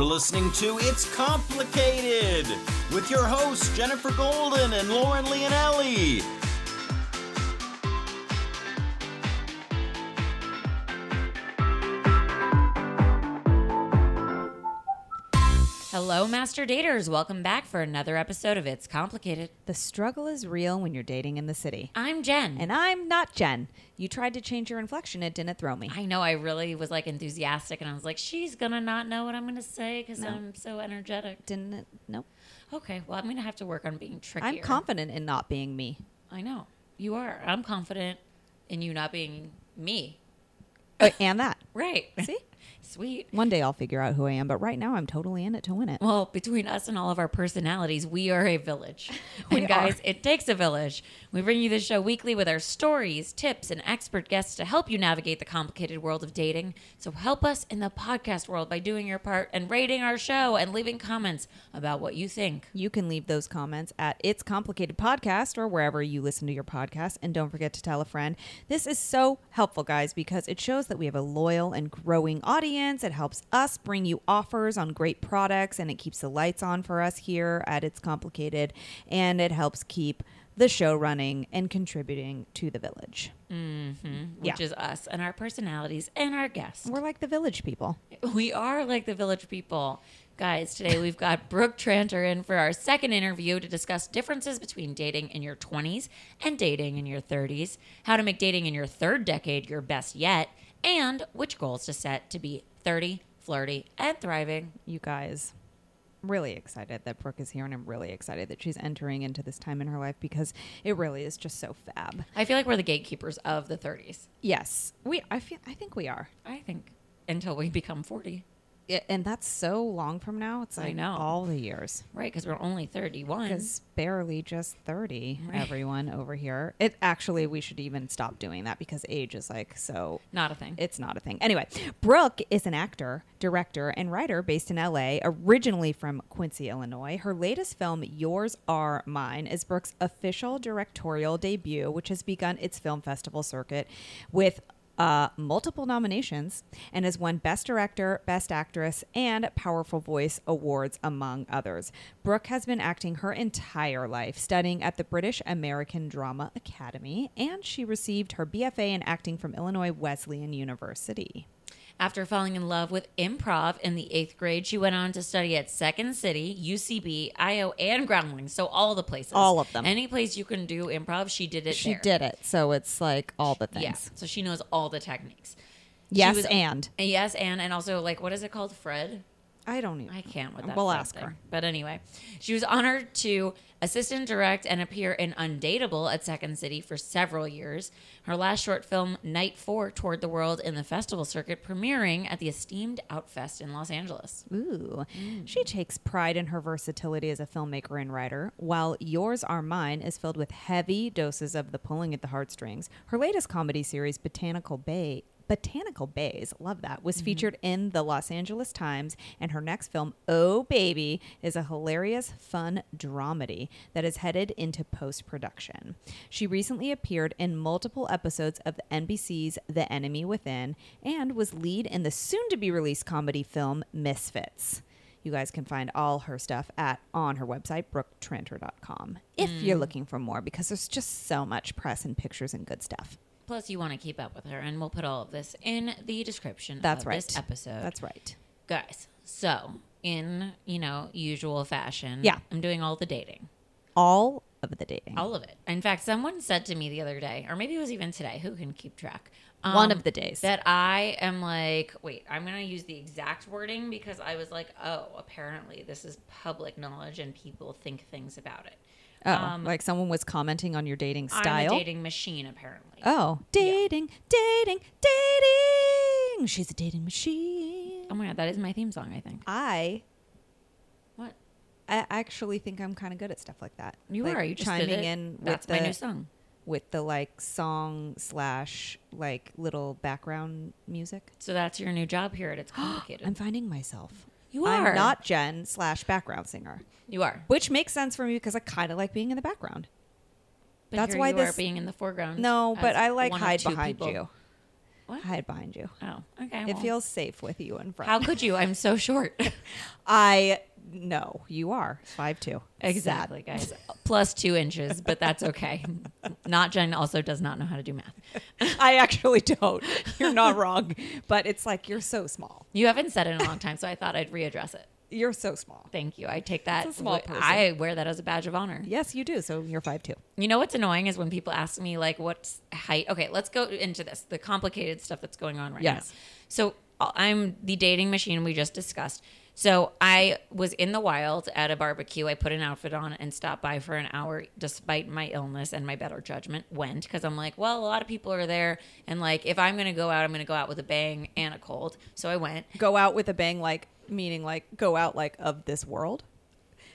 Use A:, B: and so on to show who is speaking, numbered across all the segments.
A: listening to It's Complicated with your hosts, Jennifer Golden and Lauren Leonelli.
B: Hello, Master Daters. Welcome back for another episode of It's Complicated.
C: The struggle is real when you're dating in the city.
B: I'm Jen.
C: And I'm not Jen. You tried to change your inflection, it didn't throw me.
B: I know I really was like enthusiastic and I was like, she's going to not know what I'm going to say because
C: No.
B: I'm so energetic.
C: Didn't it? Nope.
B: Okay, well, I'm going to have to work on being trickier.
C: I'm confident in not being me.
B: I know. You are. I'm confident in you not being me.
C: Uh, and that.
B: Right.
C: See?
B: Sweet.
C: One day I'll figure out who I am, but right now I'm totally in it to win it.
B: Well, between us and all of our personalities, we are a village.
C: We
B: and guys,
C: are.
B: it takes a village. We bring you this show weekly with our stories, tips, and expert guests to help you navigate the complicated world of dating. So help us in the podcast world by doing your part and rating our show and leaving comments about what you think.
C: You can leave those comments at It's Complicated Podcast or wherever you listen to your podcast. And don't forget to tell a friend. This is so helpful, guys, because it shows that we have a loyal and growing audience. It helps us bring you offers on great products and it keeps the lights on for us here at It's Complicated. And it helps keep the show running and contributing to the village.
B: Which
C: Yeah.
B: is us and our personalities and our guests.
C: We're like the village people.
B: We are like the village people. Guys, today we've got Brooke Tranter in for our second interview to discuss differences between dating in your 20s and dating in your 30s, how to make dating in your third decade your best yet, and which goals to set to be 30, flirty, and thriving.
C: you guys. Really excited that Brooke is here, and I'm really excited that she's entering into this time in her life because it really is just so fab.
B: I feel like we're the gatekeepers of the 30s.
C: Yes, we. I feel. I think we are,
B: I think until we become 40,
C: I- and that's so long from now. It's
B: I
C: like
B: know.
C: all the years.
B: right? Because we're only 31.
C: Because barely just thirty,
B: Right.
C: everyone over here. It actually, we should even stop doing that because age is like so
B: Not a thing.
C: It's not a thing. Anyway, Brooke is an actor, director, and writer based in LA, originally from Quincy, Illinois. Her latest film, Yours Are Mine, is Brooke's official directorial debut, which has begun its film festival circuit with. Uh, multiple nominations and has won Best Director, Best Actress, and Powerful Voice awards, among others. Brooke has been acting her entire life, studying at the British American Drama Academy, and she received her BFA in acting from Illinois Wesleyan University.
B: After falling in love with improv in the eighth grade, she went on to study at Second City, UCB, IO, and Groundlings. So all the places,
C: All of them.
B: any place you can do improv, she did it.
C: She
B: there.
C: did it, so it's like all the things.
B: Yeah, so she knows all the techniques. She
C: Yes,
B: was-
C: and
B: yes, and and also like what is it called, Fred?
C: I don't. Even,
B: I can't with that.
C: We'll
B: Fred
C: ask
B: thing.
C: her.
B: But anyway, she was honored to assistant direct and appear in Undateable at Second City for several years. Her last short film, Night Four, toured the world in the festival circuit, premiering at the esteemed Outfest in Los Angeles.
C: Ooh. She takes pride in her versatility as a filmmaker and writer, while Yours Are Mine is filled with heavy doses of the pulling at the heartstrings. Her latest comedy series, Botanical Bay. Botanical Bays, love that, was featured in the Los Angeles Times, and her next film, Oh Baby, is a hilarious, fun dramedy that is headed into post production. She recently appeared in multiple episodes of NBC's The Enemy Within and was lead in the soon to be released comedy film Misfits. You guys can find all her stuff at on her website, brooktranter.com, if
B: Mm.
C: you're looking for more, because there's just so much press and pictures and good stuff.
B: Plus, you want to keep up with her, and we'll put all of this in the description
C: That's
B: of
C: right.
B: this episode.
C: That's right.
B: Guys, so in, you know, usual fashion,
C: Yeah.
B: I'm doing all the dating,
C: All of the dating.
B: all of it. In fact, someone said to me the other day, or maybe it was even today, who can keep track? Um,
C: One of the days.
B: That I am like, wait, I'm going to use the exact wording because I was like, oh, apparently this is public knowledge and people think things about it.
C: oh,
B: um,
C: like someone was commenting on your dating
B: I'm
C: style.
B: a dating machine, apparently.
C: oh, dating, dating, dating. She's a dating machine.
B: oh my God, that is my theme song, I think.
C: Um, I
B: What?
C: I actually think I'm kind of good at stuff like that.
B: You
C: Like,
B: are. You just
C: chiming
B: did it.
C: in with
B: That's
C: the
B: my new song.
C: with the like song slash like little background music.
B: So that's your new job here at It's Complicated.
C: I'm finding myself.
B: You are.
C: I'm not Jen slash background singer,
B: you are.
C: which makes sense for me because I kind of like being in the background.
B: But
C: That's
B: here
C: why
B: you
C: this-
B: are being in the foreground.
C: No,
B: Mm. as
C: but I like
B: one or
C: hide
B: two
C: behind
B: people.
C: you.
B: What?
C: hide behind you.
B: Oh, okay.
C: It
B: well,
C: feels safe with you in front.
B: How could you? I'm so short.
C: I know you are five two.
B: exactly, guys. Plus two inches, but that's okay. Not Jen also does not know how to do math.
C: I actually don't. You're not wrong, but it's like you're so small.
B: You haven't said it in a long time, so I thought I'd readdress it.
C: You're so small.
B: Thank you. I take that.
C: It's a small person.
B: I wear that as a badge of honor.
C: Yes, you do. So you're five two.
B: You know what's annoying is when people ask me like what's height. Okay, let's go into this the complicated stuff that's going on right
C: Yes.
B: now. So I- I'm the dating machine we just discussed. So I was in the wild at a barbecue. I put an outfit on and stopped by for an hour, despite my illness and my better judgment. Went because I'm like, well, a lot of people are there, and like if I'm gonna go out, I'm gonna go out with a bang and a cold. So I went.
C: Go out with a bang, like meaning like go out like of this world.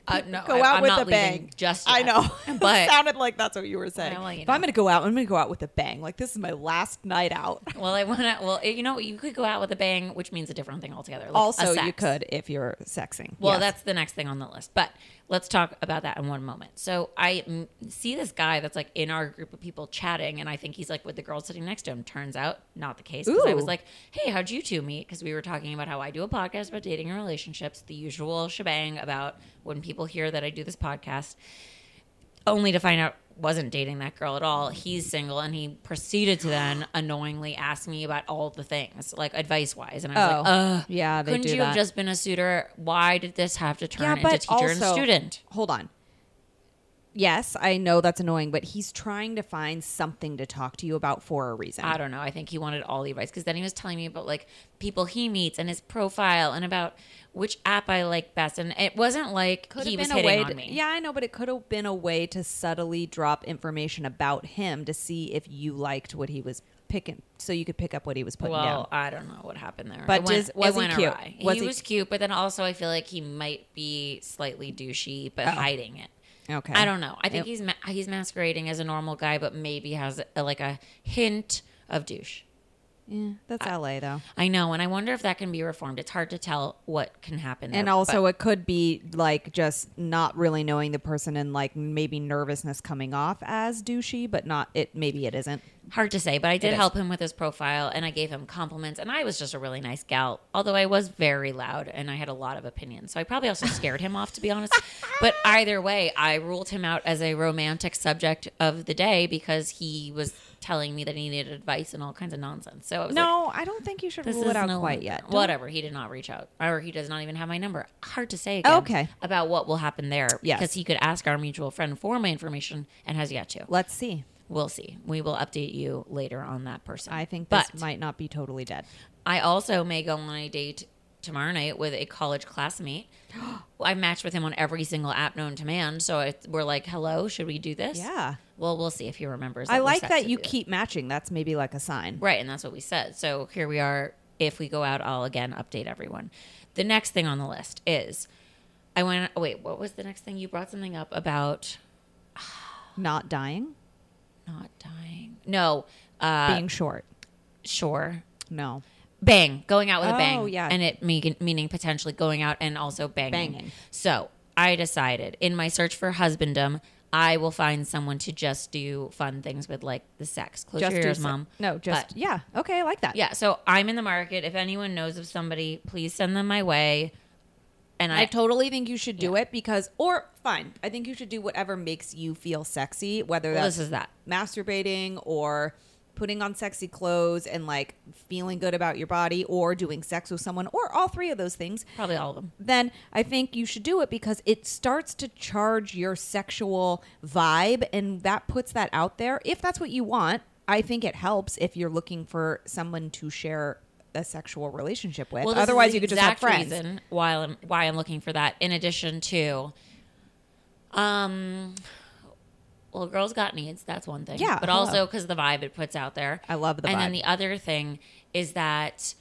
B: Uh, no,
C: go
B: I-
C: out
B: I'm
C: with
B: not
C: a
B: leaving
C: bang.
B: Just
C: I
B: yet.
C: know, it
B: but
C: sounded like that's what you were saying.
B: Well, you
C: if
B: know.
C: I'm gonna go out, I'm gonna go out with a bang. Like this is my last night out.
B: Well, I want to. Well, you know, you could go out with a bang, which means a different thing altogether. like a
C: also, you
B: sex.
C: could if you're sexing.
B: Well,
C: Yes.
B: that's the next thing on the list. But let's talk about that in one moment. So I mm, see this guy that's like in our group of people chatting, and I think he's like with the girl sitting next to him. Turns out, not the case. Because I was
C: Ooh.
B: like, "Hey, how'd you two meet?" Because we were talking about how I do a podcast about dating and relationships, the usual shebang about when people hear that I do this podcast, only to find out wasn't dating that girl at all. He's single, and he proceeded to then annoyingly ask me about all the things, like advice wise, and I was
C: oh
B: like, "Ugh."
C: yeah, they
B: Couldn't
C: do
B: you
C: that.
B: have just been a suitor? Why did this have to turn
C: yeah,
B: into
C: but
B: teacher
C: also,
B: and student?
C: Hold on. Yes, I know that's annoying, but he's trying to find something to talk to you about for a reason.
B: I don't know. I think he wanted all the advice because then he was telling me about like people he meets and his profile and about which app I like best. And it wasn't like
C: Could
B: he
C: have
B: was
C: been a
B: hitting
C: way.
B: on
C: to-
B: me.
C: Yeah, I know, but it could have been a way to subtly drop information about him to see if you liked what he was picking, so you could pick up what he was putting
B: Well,
C: down.
B: I don't know what happened there.
C: But
B: it went,
C: does- was
B: it
C: he
B: went
C: cute?
B: awry.
C: Was
B: he,
C: he-
B: was cute, but then also I feel like he might be slightly douchey, but hiding it.
C: Oh. Okay.
B: I don't know. I think
C: It-
B: he's ma- he's masquerading as a normal guy, but maybe has a, like a hint of douche.
C: Yeah, that's LA though,
B: I know, and I wonder if that can be reformed. It's hard to tell what can happen. There,
C: and also it could be like just not really knowing the person and like maybe nervousness coming off as douchey, but not it. Maybe it isn't.
B: but hard to say. But I did
C: is.
B: help him with his profile, and I gave him compliments, and I was just a really nice gal. Although I was very loud, and I had a lot of opinions, so I probably also scared him off, to be honest. But either way, I ruled him out as a romantic subject of the day because he was telling me that he needed advice and all kinds of nonsense. So I was like,
C: No, I don't think you should
B: this
C: rule it
B: is
C: out
B: no
C: quite yet. Don't-
B: Whatever. He did not reach out, or he does not even have my number. Hard to say. Again
C: Okay.
B: About what will happen there,
C: Yes.
B: because he could ask our mutual friend for my information and has yet to.
C: Let's see.
B: We'll see. We will update you later on that person.
C: I think this
B: but
C: might not be totally dead.
B: I also may go on a date tomorrow night with a college classmate. I matched with him on every single app known to man, so it, we're like, "Hello, should we do this?"
C: Yeah.
B: Well, we'll see if he remembers.
C: I
B: we
C: like
B: said
C: that
B: to
C: you
B: do this.
C: keep matching. That's maybe like a sign.
B: Right, and that's what we said. So here we are. If we go out, I'll again update everyone. The next thing on the list is I went. oh, Wait, what was the next thing you brought something up about
C: Not dying,
B: not dying? No, uh,
C: being short.
B: sure.
C: No.
B: Bang, going out with a bang.
C: Oh, yeah.
B: and it mean, meaning potentially going out and also banging.
C: Banging.
B: So I decided in my search for husbandom. I will find someone to just do fun things with, like the sex. Close your
C: do
B: ears,
C: se-
B: mom.
C: No, just
B: But-
C: yeah. Okay, I like that.
B: Yeah, so I'm in the market. If anyone knows of somebody, please send them my way. And I,
C: I totally think you should do it because, or fine, I think you should do whatever makes you feel sexy, whether
B: Well,
C: that's
B: this is that.
C: masturbating or putting on sexy clothes and like feeling good about your body or doing sex with someone or all three of those things.
B: Probably all of them.
C: then I think you should do it because it starts to charge your sexual vibe and that puts that out there. If that's what you want, I think it helps if you're looking for someone to share a sexual relationship with.
B: Well, this is
C: Otherwise,
B: the
C: you could just have
B: exact
C: friends.
B: Reason why I'm why I'm looking for that. In addition to, um, well, girls got needs. That's one thing.
C: Yeah,
B: but
C: hello.
B: also because the vibe it puts out there.
C: I love the
B: And then
C: vibe.
B: the other thing is that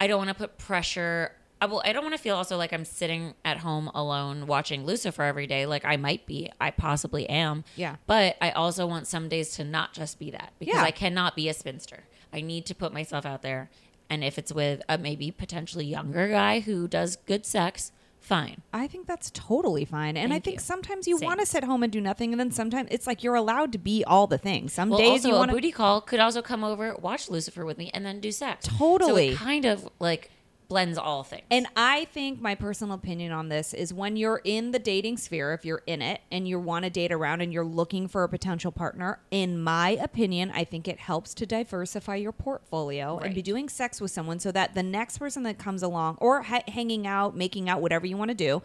B: I don't want to put pressure. I will. I don't want to feel also like I'm sitting at home alone watching Lucifer every day. Like I might be. I possibly am.
C: Yeah.
B: But I also want some days to not just be that because
C: Yeah.
B: I cannot be a spinster. I need to put myself out there. And if it's with a maybe potentially younger guy who does good sex, Fine.
C: I think that's totally fine. And I
B: Thank
C: think
B: you.
C: sometimes you
B: Same.
C: want to sit home and do nothing, and then sometimes it's like you're allowed to be all the things. Some
B: Well,
C: days
B: also
C: you want
B: a
C: to.
B: booty call could also come over, watch Lucifer with me, and then do sex. So
C: Totally.
B: it kind of like blends all things.
C: And I think my personal opinion on this is when you're in the dating sphere, if you're in it and you want to date around and you're looking for a potential partner, in my opinion, I think it helps to diversify your portfolio and be
B: Right.
C: doing sex with someone so that the next person that comes along or ha- hanging out, making out, whatever you want to do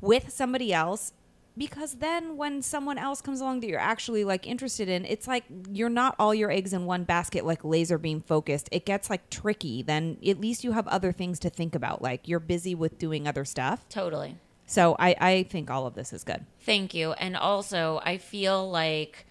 C: with somebody else. Because then, when someone else comes along that you're actually like interested in, it's like you're not all your eggs in one basket, like laser beam focused. It gets like tricky. Then at least you have other things to think about. Like you're busy with doing other stuff.
B: totally.
C: So I, I think all of this is good.
B: Thank you. And also, I feel like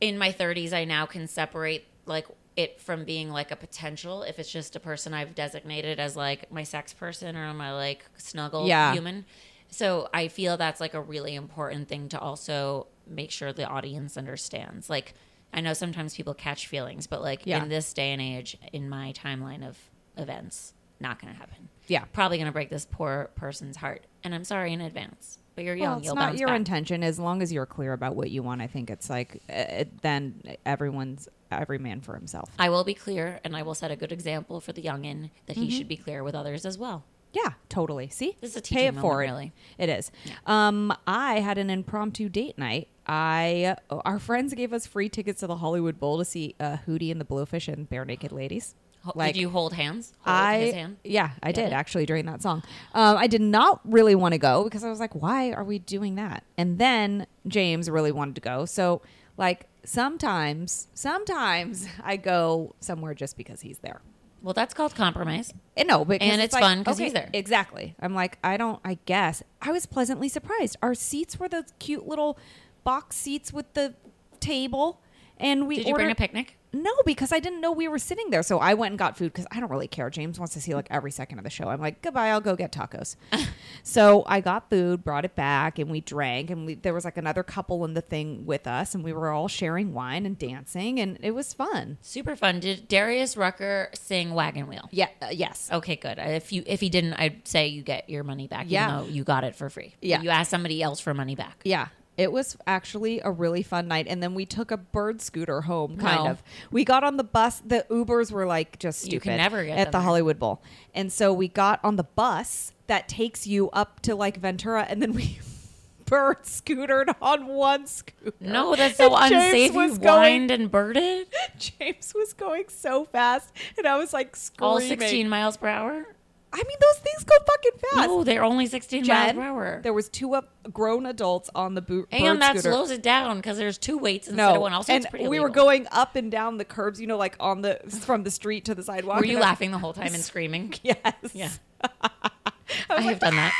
B: in my 30s, I now can separate like it from being like a potential if it's just a person I've designated as like my sex person or my like snuggle
C: Yeah.
B: human. So I feel that's like a really important thing to also make sure the audience understands. Like, I know sometimes people catch feelings, but like
C: Yeah.
B: in this day and age, in my timeline of events, not going to happen.
C: Yeah.
B: Probably going to break this poor person's heart. And I'm sorry in advance, but you're
C: Well,
B: young.
C: it's
B: you'll
C: not
B: bounce
C: your
B: back.
C: intention. As long as you're clear about what you want, I think it's like uh, then everyone's every man for himself.
B: I will be clear, and I will set a good example for the youngin that
C: Mm-hmm.
B: he should be clear with others as well.
C: Yeah, totally. See,
B: This is a
C: pay
B: teaching
C: it
B: moment,
C: forward.
B: really.
C: It is. Um, I had an impromptu date night. I our friends gave us free tickets to the Hollywood Bowl to see uh, Hootie and the Blowfish and Bare Naked Ladies.
B: Ho- did you hold hands? Hold
C: I
B: his hand?
C: yeah, I
B: Did
C: did
B: it?
C: actually during that song. Um, I did not really want to go because I was like, why are we doing that? And then James really wanted to go, so like sometimes, sometimes I go somewhere just because he's there.
B: Well, that's called compromise.
C: And Eh, no, but
B: And it's
C: like,
B: fun 'cause he's there.
C: Exactly. I'm like, I don't. I guess I was pleasantly surprised. Our seats were those cute little box seats with the table, and we
B: Did you bring a
C: ordered-
B: picnic?
C: No, because I didn't know we were sitting there. So I went and got food because I don't really care. James wants to see like every second of the show. I'm like, goodbye. I'll go get tacos. so I got food, brought it back, and we drank. And we, there was like another couple in the thing with us, and we were all sharing wine and dancing, and it was fun.
B: Super fun. Did Darius Rucker sing Wagon Wheel?
C: Yeah. Uh, yes.
B: Okay, good. I- If you if he didn't, I'd say you get your money back.
C: Yeah.
B: even though you got it for free.
C: Yeah.
B: you ask somebody else for money back.
C: Yeah. It was actually a really fun night. And then we took a bird scooter home, kind
B: No.
C: of. We got on the bus. The Ubers were like just
B: You
C: stupid.
B: can never get
C: At
B: them
C: the
B: there.
C: Hollywood Bowl. And so we got on the bus that takes you up to like Ventura. And then we bird scootered on one scooter.
B: No, that's so
C: And James
B: unsafe. You
C: was going-
B: whined and birded
C: James was going so fast. And I was like screaming.
B: all sixteen miles per hour.
C: I mean, those things go fucking fast.
B: No, they're only sixteen miles
C: Jen,
B: per hour.
C: there was two up grown adults on the boot.
B: And
C: bird
B: that
C: scooter.
B: slows it down because there's two weights instead of one. Also,
C: and
B: it's pretty.
C: we were
B: illegal.
C: going up and down the curbs, you know, like on the from the street to the sidewalk.
B: Were you
C: and I-
B: laughing the whole time and screaming?
C: Yes.
B: Yeah,
C: I
B: I have
C: was like,
B: done that.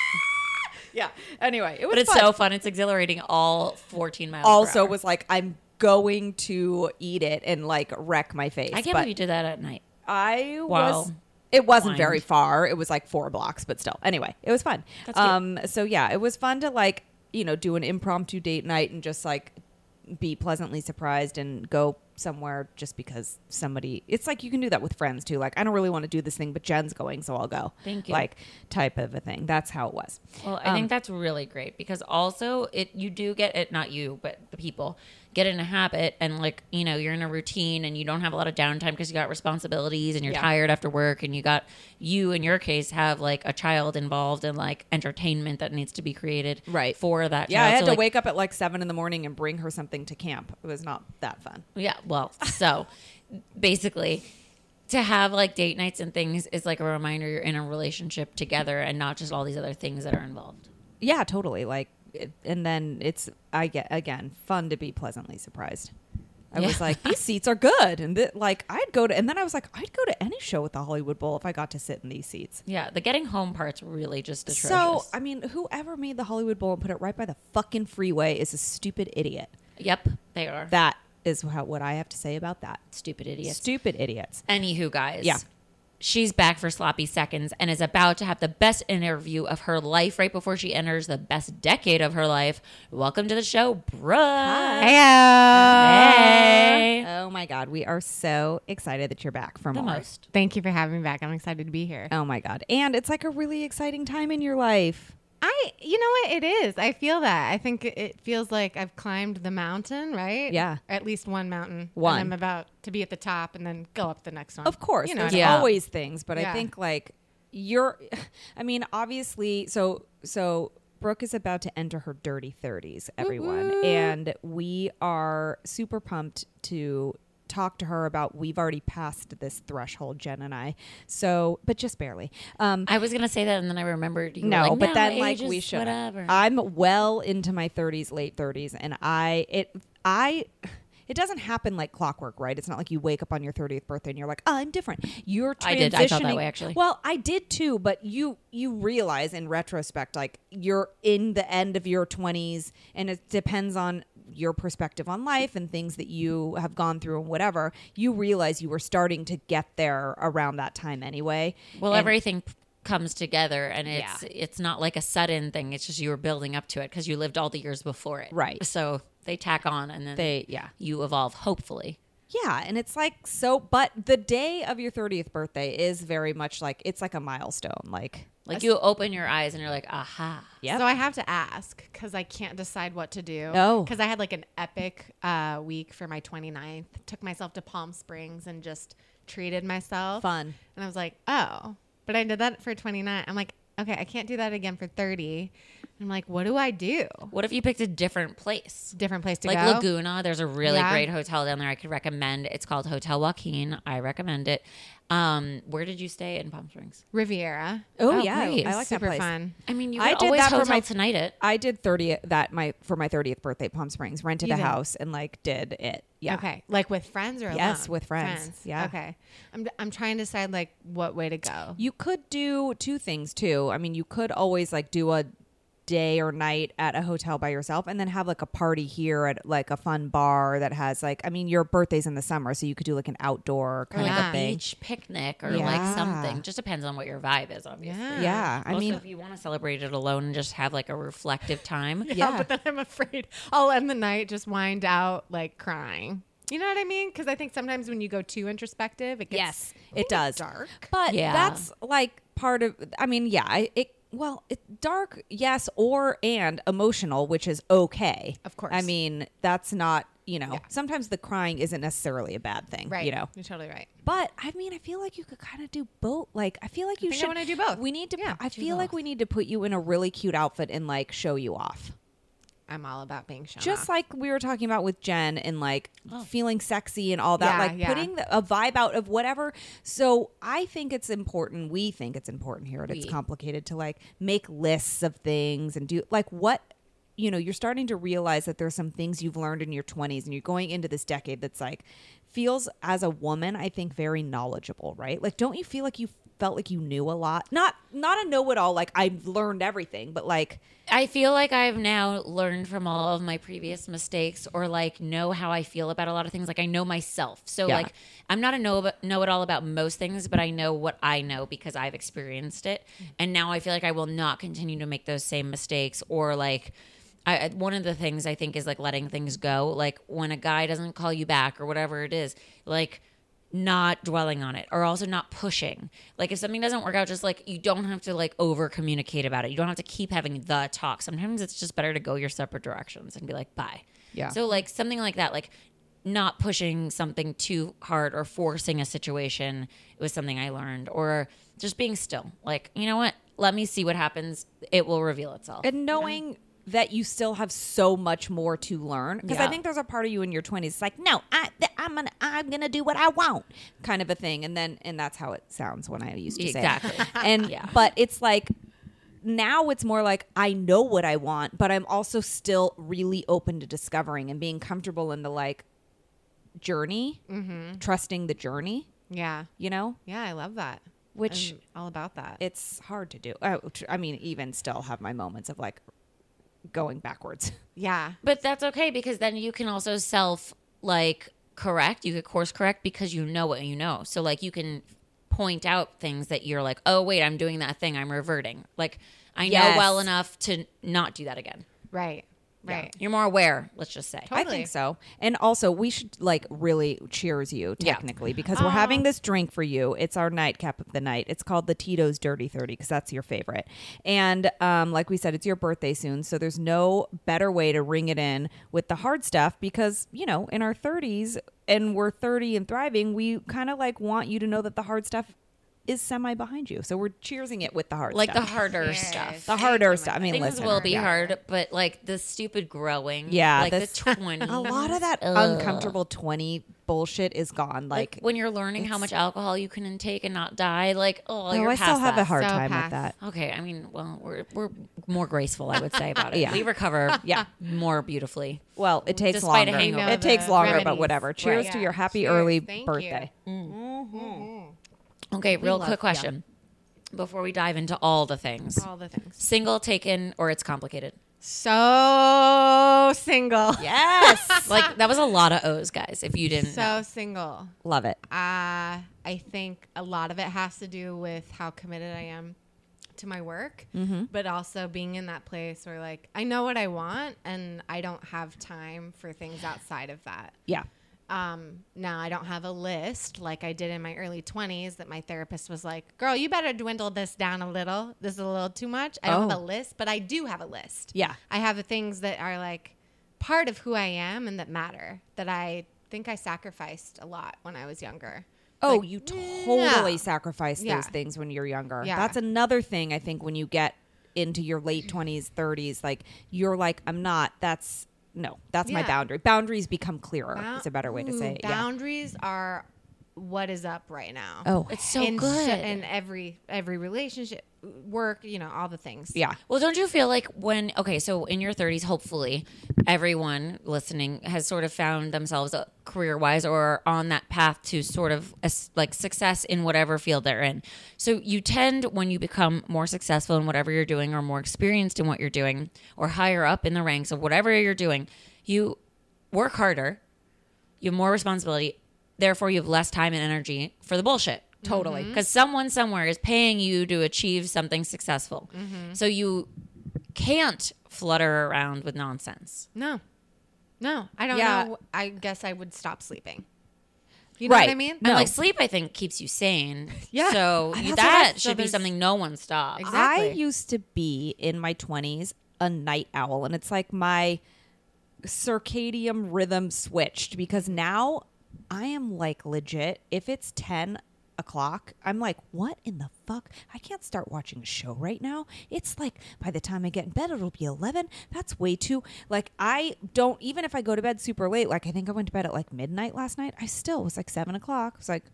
C: yeah. Anyway, it was
B: But it's
C: fun.
B: so fun. It's exhilarating. All 14 miles. per
C: also
B: hour.
C: was like I'm going to eat it and like wreck my face.
B: I can't
C: but
B: believe you did that at night.
C: I was.
B: Wow.
C: It wasn't
B: Blind.
C: very far. It was like four blocks, but still. Anyway, it was fun.
B: That's cute.
C: Um. So yeah, it was fun to like you know do an impromptu date night and just like be pleasantly surprised and go somewhere just because somebody. It's like you can do that with friends too. Like I don't really want to do this thing, but Jen's going, so I'll go.
B: Thank you.
C: Like type of a thing. That's how it was.
B: Well, I
C: Um,
B: think that's really great because also it you do get it not you but the people get in a habit and like you know you're in a routine and you don't have a lot of downtime because you got responsibilities and you're
C: Yeah.
B: tired after work and you got you in your case have like a child involved and like entertainment that needs to be created
C: Right.
B: for that
C: Yeah, I
B: child.
C: had
B: So,
C: to
B: like,
C: wake up at like seven in the morning and bring her something to camp. It was not that fun.
B: Yeah, well, so basically to have like date nights and things is like a reminder you're in a relationship together and not just all these other things that are involved.
C: Yeah, totally. Like, it, and then it's I get again fun to be pleasantly surprised. I was
B: Yeah.
C: like, these seats are good, and th- like I'd go to, and then I was like, I'd go to any show at the Hollywood Bowl if I got to sit in these seats.
B: Yeah, the getting home part's really just atrocious.
C: So I mean, whoever made the Hollywood Bowl and put it right by the fucking freeway is a stupid idiot.
B: yep, they are
C: That is how, what I have to say about that.
B: stupid idiots.
C: Stupid idiots.
B: Anywho, guys.
C: Yeah.
B: She's back for sloppy seconds and is about to have the best interview of her life right before she enters the best decade of her life. Welcome to the show, Brooke.
C: Hey.
B: Hey.
C: Oh my my God, we are so excited that you're back from
B: The
C: Mars.
B: most.
D: Thank you for having me back. I'm excited to be here.
C: Oh my God. And it's like a really exciting time in your life.
D: I, you know what? It is. I feel that. I think it- it feels like I've climbed the mountain, right?
C: Yeah.
D: At least one mountain.
C: One.
D: And I'm about to be at the top and then go up the next one.
C: Of course,
D: You know,
C: there's
D: I don't-
B: Yeah.
C: always things, but I
D: Yeah.
C: think like you're. I mean, obviously, so so Brooke is about to enter her dirty thirties, everyone, and we are super pumped to talk to her about. We've already passed this threshold, Jen and I, so but just barely. Um,
B: I was gonna say that, and then I remembered. You were
C: no,
B: like,
C: but then
B: age
C: like
B: is
C: we should.
B: Whatever.
C: I'm well into my 30s, late 30s, and I it I. It doesn't happen like clockwork, right? It's not like you wake up on your 30th birthday and you're like, "Oh, I'm different." You're transitioning.
B: I did. I felt that way, actually.
C: Well, I did too, but you you realize in retrospect like you're in the end of your 20s and it depends on your perspective on life and things that you have gone through and whatever. You realize you were starting to get there around that time anyway.
B: well,
C: And-
B: everything p- comes together, and it's it's not like a sudden thing. It's just you were building up to it because you lived all the years before it.
C: Right.
B: So they tack on, and then
C: They- yeah.
B: you evolve. Hopefully,
C: Yeah, and it's like so but the day of your 30th birthday is very much like it's like a milestone like
B: like you open your eyes and you're like, aha.
C: Yep.
D: So I have to ask because I can't decide what to do.
C: Oh.
D: Because I had like an epic uh, week for my 29th. Took myself to Palm Springs and just treated myself.
C: Fun.
D: And I was like, oh, but I did that for 29. I'm like, okay, I can't do that again for 30. I'm like, what do I do?
B: What if you picked a different place?
D: Different place to
B: like
D: go.
B: Laguna, there's a really
D: Yeah.
B: great hotel down there I could recommend. It's called Hotel Joaquin. I recommend it. Um, where did you stay in Palm Springs?
D: Riviera.
C: Oh,
B: Oh,
C: yeah,
B: great.
C: I like
D: Super
C: that place.
D: fun.
B: I mean, you
C: I
B: could
C: did
B: always
C: that for
B: hotel
C: my-
B: tonight it.
C: I did 30 that my for my 30th birthday at Palm Springs rented a
D: did.
C: house and like did it. Yeah.
D: Okay. Like with friends or
C: Yes,
D: alone?
C: with friends. Yeah.
D: Okay. I'm, I'm trying to decide like what way to go.
C: You could do two things too. I mean, you could always like do a day or night at a hotel by yourself and then have like a party here at like a fun bar that has like I mean, your birthday's in the summer, so you could do like an outdoor
B: Or
C: kind
B: like
C: of
D: Oh, Yeah.
B: a
C: thing.
B: beach picnic or
C: Yeah.
B: like something. Just depends on what your vibe is, obviously.
D: Yeah.
C: Yeah, I
B: also,
C: mean,
B: if you want to celebrate it alone and just have like a reflective time,
D: Yeah,
C: Yeah.
D: but then I'm afraid I'll end the night just wind out like crying. You know what I mean? Because I think sometimes when you go too introspective, it gets
C: Yes, it does.
D: dark.
C: But
B: Yeah.
C: that's like part of. I mean, yeah, I- it. Well, it, dark, yes, or and emotional, which is okay.
D: Of course.
C: I mean, that's not. You know, sometimes the crying isn't necessarily a bad thing.
D: right.
C: You know.
D: you're totally right.
C: But I mean, I feel like you could kind of do both. Like, I feel like you
D: think I
C: should
D: wanna do both.
C: We need to.
D: Yeah,
C: I
D: do
C: feel like
D: both.
C: we need to put you in a really cute outfit and like show you off.
D: I'm all about being shown
C: Just
D: off.
C: like we were talking about with Jen and like feeling sexy and all that,
D: Oh. Yeah,
C: like
D: yeah.
C: putting the, a vibe out of whatever. So I think it's important. We think it's important here, and it's
B: We.
C: complicated to like make lists of things and do like what you know. You're starting to realize that there's some things you've learned in your 20s, and you're going into this decade that's like feels as a woman, I think, very knowledgeable, right? Like, don't you feel like you felt like you knew a lot? Not not a know-it-all, like I've learned everything, but like
B: I feel like I've now learned from all of my previous mistakes or like know how I feel about a lot of things. Like I know myself. So
C: Yeah.
B: like I'm not a know know it all about most things, but I know what I know because I've experienced it.
C: Mm.
B: And now I feel like I will not continue to make those same mistakes or like I, I- one of the things I think is like letting things go. Like when a guy doesn't call you back or whatever it is, like not dwelling on it or also not pushing. Like if something doesn't work out, just like you don't have to like over communicate about it. You don't have to keep having the talk. Sometimes it's just better to go your separate directions and be like, bye.
C: Yeah.
B: So like something like that, like not pushing something too hard or forcing a situation was something I learned. Or just being still. Like, you know what? Let me see what happens. It will reveal itself.
C: and knowing that you still have so much more to learn because i
B: Yeah.
C: think there's a part of you in your 20s it's like no i th- i'm gonna i'm gonna do what i want kind of a thing and then and that's how it sounds when i used to say
B: Exactly.
C: it. and but it's like now it's more like i know what i want but i'm also still really open to discovering and being comfortable in the like journey
B: Mm-hmm.
C: trusting the journey
D: yeah,
C: you know
D: yeah, I love that.
C: Which-
D: I'm all about that.
C: it's hard to do I, I mean even still have my moments of like going backwards
D: yeah,
B: But that's okay because then you can also self like correct. You could course correct because you know what you know. So like you can point out things that you're like, oh wait, I'm doing that thing. I'm reverting. Like I
C: Yes.
B: know well enough to not do that again.
D: right. Right.
B: You're more aware, let's just say.
D: Totally.
C: I think so. And also, we should like really cheers you
B: Yeah.
C: technically because we're having this drink for you. It's our nightcap of the night. It's called the Tito's Dirty 30 because that's your favorite. And um, like we said, it's your birthday soon. So there's no better way to ring it in with the hard stuff because, you know, in our 30s and we're 30 and thriving, we kind of like want you to know that the hard stuff is semi behind you. So we're cheersing it with the hard
B: Like the
C: stuff.
B: harder
D: Yes.
B: stuff.
C: the harder stuff. I mean,
B: Things
C: listen,
B: will be
C: yeah.
B: hard, but like the stupid growing.
C: Yeah,
B: Like the
C: that's-
B: 20.
C: A lot of that uncomfortable 20 bullshit is gone. Like,
B: Like when you're learning how much alcohol you can intake and not die, like, oh,
C: No,
B: you're
C: I still
B: past
C: have
B: that.
C: a hard
D: So
C: time
D: past.
C: with that.
B: Okay, I mean, well, we're we're more graceful, I would say, about it.
C: Yeah.
B: We recover,
C: Yeah.
B: more beautifully.
C: Well, it takes
B: Despite a
C: longer.
B: hangover.
C: It takes
D: The
C: longer, but
D: remedies.
C: whatever. Cheers
D: Right.
C: to
D: Yeah.
C: your happy
D: Cheers.
C: early
D: Thank you. Mm.
C: birthday.
B: Okay, real
C: love-
B: quick question before we dive into all the things:
D: All the things.
B: single, taken, or it's complicated.
D: So single.
C: Yes.
B: Like that was a lot of O's, guys. If you didn't, know.
D: So single.
C: Love it.
D: Uh, I think a lot of it has to do with how committed I am to my work,
C: Mm-hmm.
D: but also being in that place where, like, I know what I want and I don't have time for things outside of that.
C: Yeah.
D: Um, now, I don't have a list like I did in my early 20s that my therapist was like, girl, you better dwindle this down a little. This is a little too much. I don't have
C: Oh.
D: a list, but I do have a list.
C: Yeah.
D: I have the things that are like part of who I am and that matter that I think I sacrificed a lot when I was younger.
C: Oh,
D: Like,
C: you
D: yeah.
C: totally sacrifice
D: Yeah.
C: those things when you're younger.
D: Yeah.
C: That's another thing I think when you get into your late 20s, 30s, like you're like, I'm not, that's, no, that's my
D: Yeah.
C: boundary. Boundaries become clearer.
D: Bou-
C: It's a better way to
D: Ooh,
C: say it. Yeah.
D: Boundaries are what is up right now.
C: Oh,
B: it's so
D: in so-
B: good.
D: in every every relationship, work, you know, all the things.
C: yeah.
B: Well, don't you feel like when okay, so in your 30s, hopefully everyone listening has sort of found themselves career wise or on that path to sort of a s like success in whatever field they're in. So you tend when you become more successful in whatever you're doing or more experienced in what you're doing or higher up in the ranks of whatever you're doing, you work harder, you have more responsibility, therefore you have less time and energy for the bullshit. Totally. Because someone somewhere is paying you to achieve something successful.
C: Mm-hmm.
B: So you can't flutter around with nonsense.
D: No. No, I don't
C: Yeah.
D: know. I guess I would stop sleeping. You know what I
C: Right.
D: mean?
C: No.
B: And like sleep, I think, keeps you sane.
D: Yeah.
B: So
C: That's what
B: that
C: I-
B: should
D: so
B: be
D: there's-
B: something no one stops.
D: Exactly.
C: I used to be in my 20s a night owl, and it's like my circadian rhythm switched because now I am like legit. If it's 10 o'clock, I'm like, what in the fuck? I can't start watching a show right now. It's like by the time I get in bed, it'll be 11. That's way too. Like, I don't, even if I go to bed super late, like I think I went to bed at like midnight last night, I still was like 7 o'clock. It's like,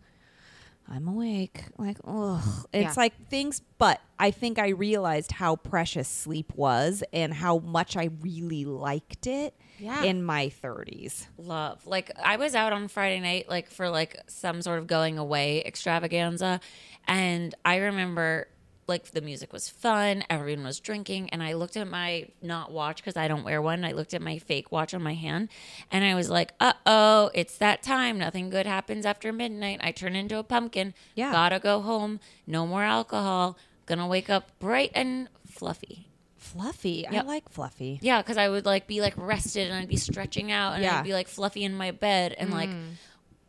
C: I'm awake. Like, oh, it's
D: Yeah.
C: like things, but I think I realized how precious sleep was and how much I really liked it
D: Yeah.
C: in my 30s.
B: love. Like I was out on Friday night, like for like some sort of going away extravaganza, and I remember like the music was fun, everyone was drinking, and I looked at my not watch because I don't wear one. I looked at my fake watch on my hand, and I was like, "Uh oh, it's that time. Nothing good happens after midnight. I turn into a pumpkin.
C: Yeah.
B: gotta go home. No more alcohol. Gonna wake up bright and fluffy."
C: Fluffy.
B: Yep.
C: I like fluffy.
B: Yeah, because I would like be like rested and I'd be stretching out and
C: Yeah. Mm-hmm.
B: I'd be like fluffy in my bed and like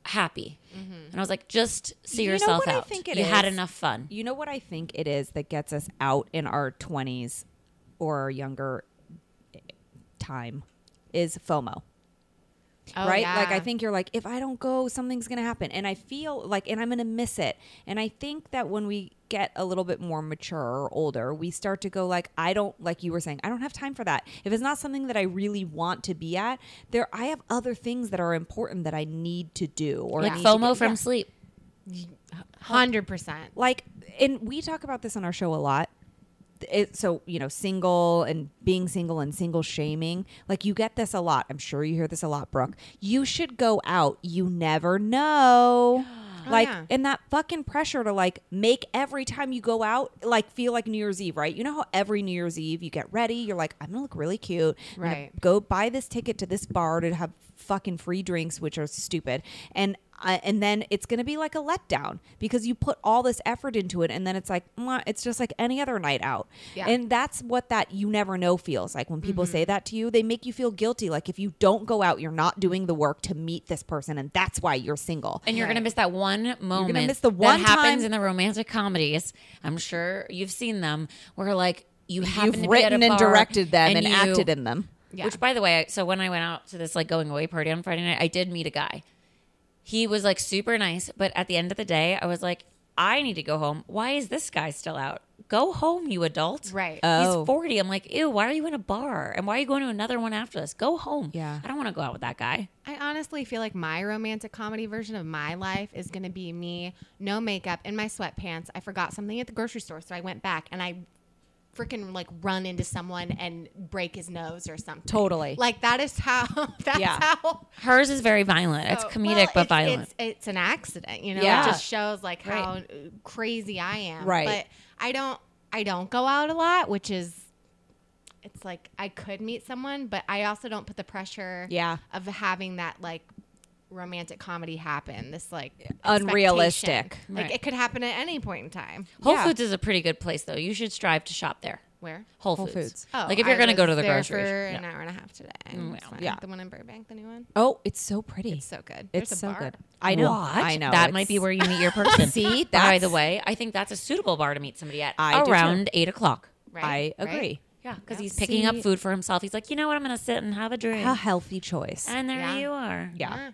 B: happy. And I was like, just see
C: You know
B: yourself
C: what I
B: out.
C: think it
B: you had
C: is?
B: enough fun.
C: You know what I think it is that gets us out in our 20s or younger eh, time is FOMO.
D: Oh,
C: right? Like
D: yeah.
C: I think you're like, if I don't go, something's gonna happen, and I feel like, and I'm gonna miss it. And I think that when we get a little bit more mature or older, we start to go like, I don't like you were saying, I don't have time for that. If it's not something that I really want to be at, there, I have other things that are important that I need to do or
B: Like
C: need to
B: FOMO
C: get-
B: from
C: Yeah.
B: sleep.
D: 100%.
C: like, and we talk about this on our show a lot. It, so you know single and being single and single shaming like you get this a lot i'm sure you hear this a lot brooke you should go out you never know like
D: Oh, yeah.
C: and that fucking pressure to like make every time you go out like feel like new year's eve right you know how every new year's eve you get ready you're like i'm gonna look really cute I'm gonna
D: Right.
C: go buy this ticket to this bar to have fucking free drinks, which are stupid. And uh, and then it's going to be like a letdown because you put all this effort into it, and then it's like "Mwah," it's just like any other night out.
D: Yeah.
C: And that's what that you never know feels like when people
B: Mm-hmm.
C: say that to you. They make you feel guilty. Like if you don't go out, you're not doing the work to meet this person, and that's why you're single.
B: And you're
D: Right.
B: gonna miss that one moment.
C: miss the one
B: that happens
C: time-
B: in the romantic comedies. I'm sure you've seen them where like you happen to
C: You've
B: be at a
C: written and
B: bar
C: directed them and,
B: you-
C: acted in them.
D: Yeah.
B: Which, by the way, I- so when I went out to this like going away party on Friday night, I did meet a guy. He was like super nice, but at the end of the day, I was like, I need to go home. Why is this guy still out? Go home, you adult.
D: Right.
C: Oh.
B: He's 40. I'm like, ew, why are you in a bar? And why are you going to another one after this? Go home.
C: Yeah.
B: I don't want to go out with that guy.
D: I honestly feel like my romantic comedy version of my life is going to be me, no makeup, in my sweatpants. I forgot something at the grocery store, so I went back and I freaking like run into someone and break his nose or something.
C: Totally.
D: Like that is how that's
C: Yeah.
D: how
B: Hers is very violent. It's
D: Oh,
B: comedic,
D: well,
B: but
D: it's-
B: violent.
D: It's, it's an accident, you know.
C: Yeah.
D: It just shows like how
B: Right.
D: uh, crazy I am.
C: Right.
D: But I don't. I don't go out a lot, which is. It's like I could meet someone, but I also don't put the pressure.
C: Yeah.
D: Of having that like romantic comedy happen. This like
C: Unrealistic.
D: expectation. Like
B: Right.
D: it could happen at any point in time.
B: Whole
C: yeah.
B: Foods is a pretty good place, though. You should strive to shop there.
D: Where?
B: Whole,
C: Whole Foods.
B: Foods.
D: Oh,
B: like if you're
D: I
B: going to go
D: was
B: to the Mm,
D: there
B: grocery
D: for
B: store.
D: an hour and a half today. It's fine.
C: Yeah.
D: The one in Burbank, the new one.
C: Oh, it's so pretty.
D: So good.
C: It's
D: There's a
C: so
D: bar.
C: good. I know.
B: What?
C: I know.
B: That
C: It's-
B: might be where you meet your person.
C: See,
B: by
C: that's-
B: the way, I think that's a suitable bar to meet somebody at
C: I do too.
B: around eight o'clock.
D: Right.
C: I agree.
D: Right?
B: Yeah, Ah, because
D: Yeah.
B: he's picking up
C: See-
B: food for himself. He's like, you know what? I'm going to sit and have a drink.
C: A healthy choice.
B: and there
D: Yeah.
B: you are.
C: yeah.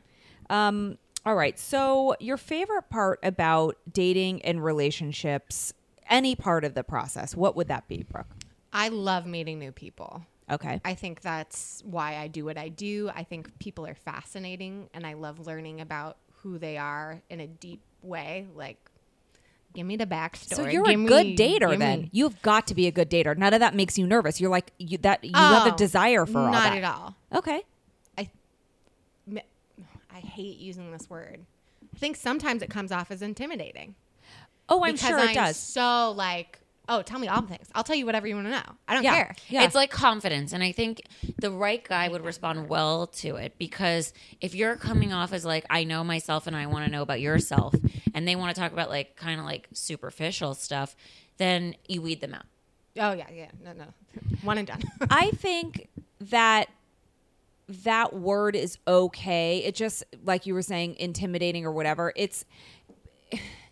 D: Yeah.
C: Um, all right. So, your favorite part about dating and relationships, any part of the process, what would that be, Brooke?
D: I love meeting new people.
C: Okay.
D: I think that's why I do what I do. I think people are fascinating and I love learning about who they are in a deep way. Like, give me the backstory.
C: so you're a
D: Give
C: good
D: me-
C: dater
D: give
C: then.
D: me-
C: You've got to be a good dater. None of that makes you nervous. You're like you that you have a
D: Oh,
C: desire for all
D: Not
C: that.
D: at all.
C: Okay.
D: I, m- I hate using this word. I think sometimes it comes off as intimidating.
C: Oh, I'm
D: because
C: sure
D: I'm
C: it does.
D: So like, oh, tell me all the things. I'll tell you whatever you want to know. I don't
C: Yeah.
D: care.
C: Yeah.
B: It's like confidence. And I think the right guy would respond well to it because if you're coming off as like, I know myself and I want to know about yourself, and they want to talk about like kind of like superficial stuff, then you weed them out.
D: Oh yeah, yeah. No, no. One and done.
C: I think that that word is okay. It just like you were saying, intimidating or whatever. It's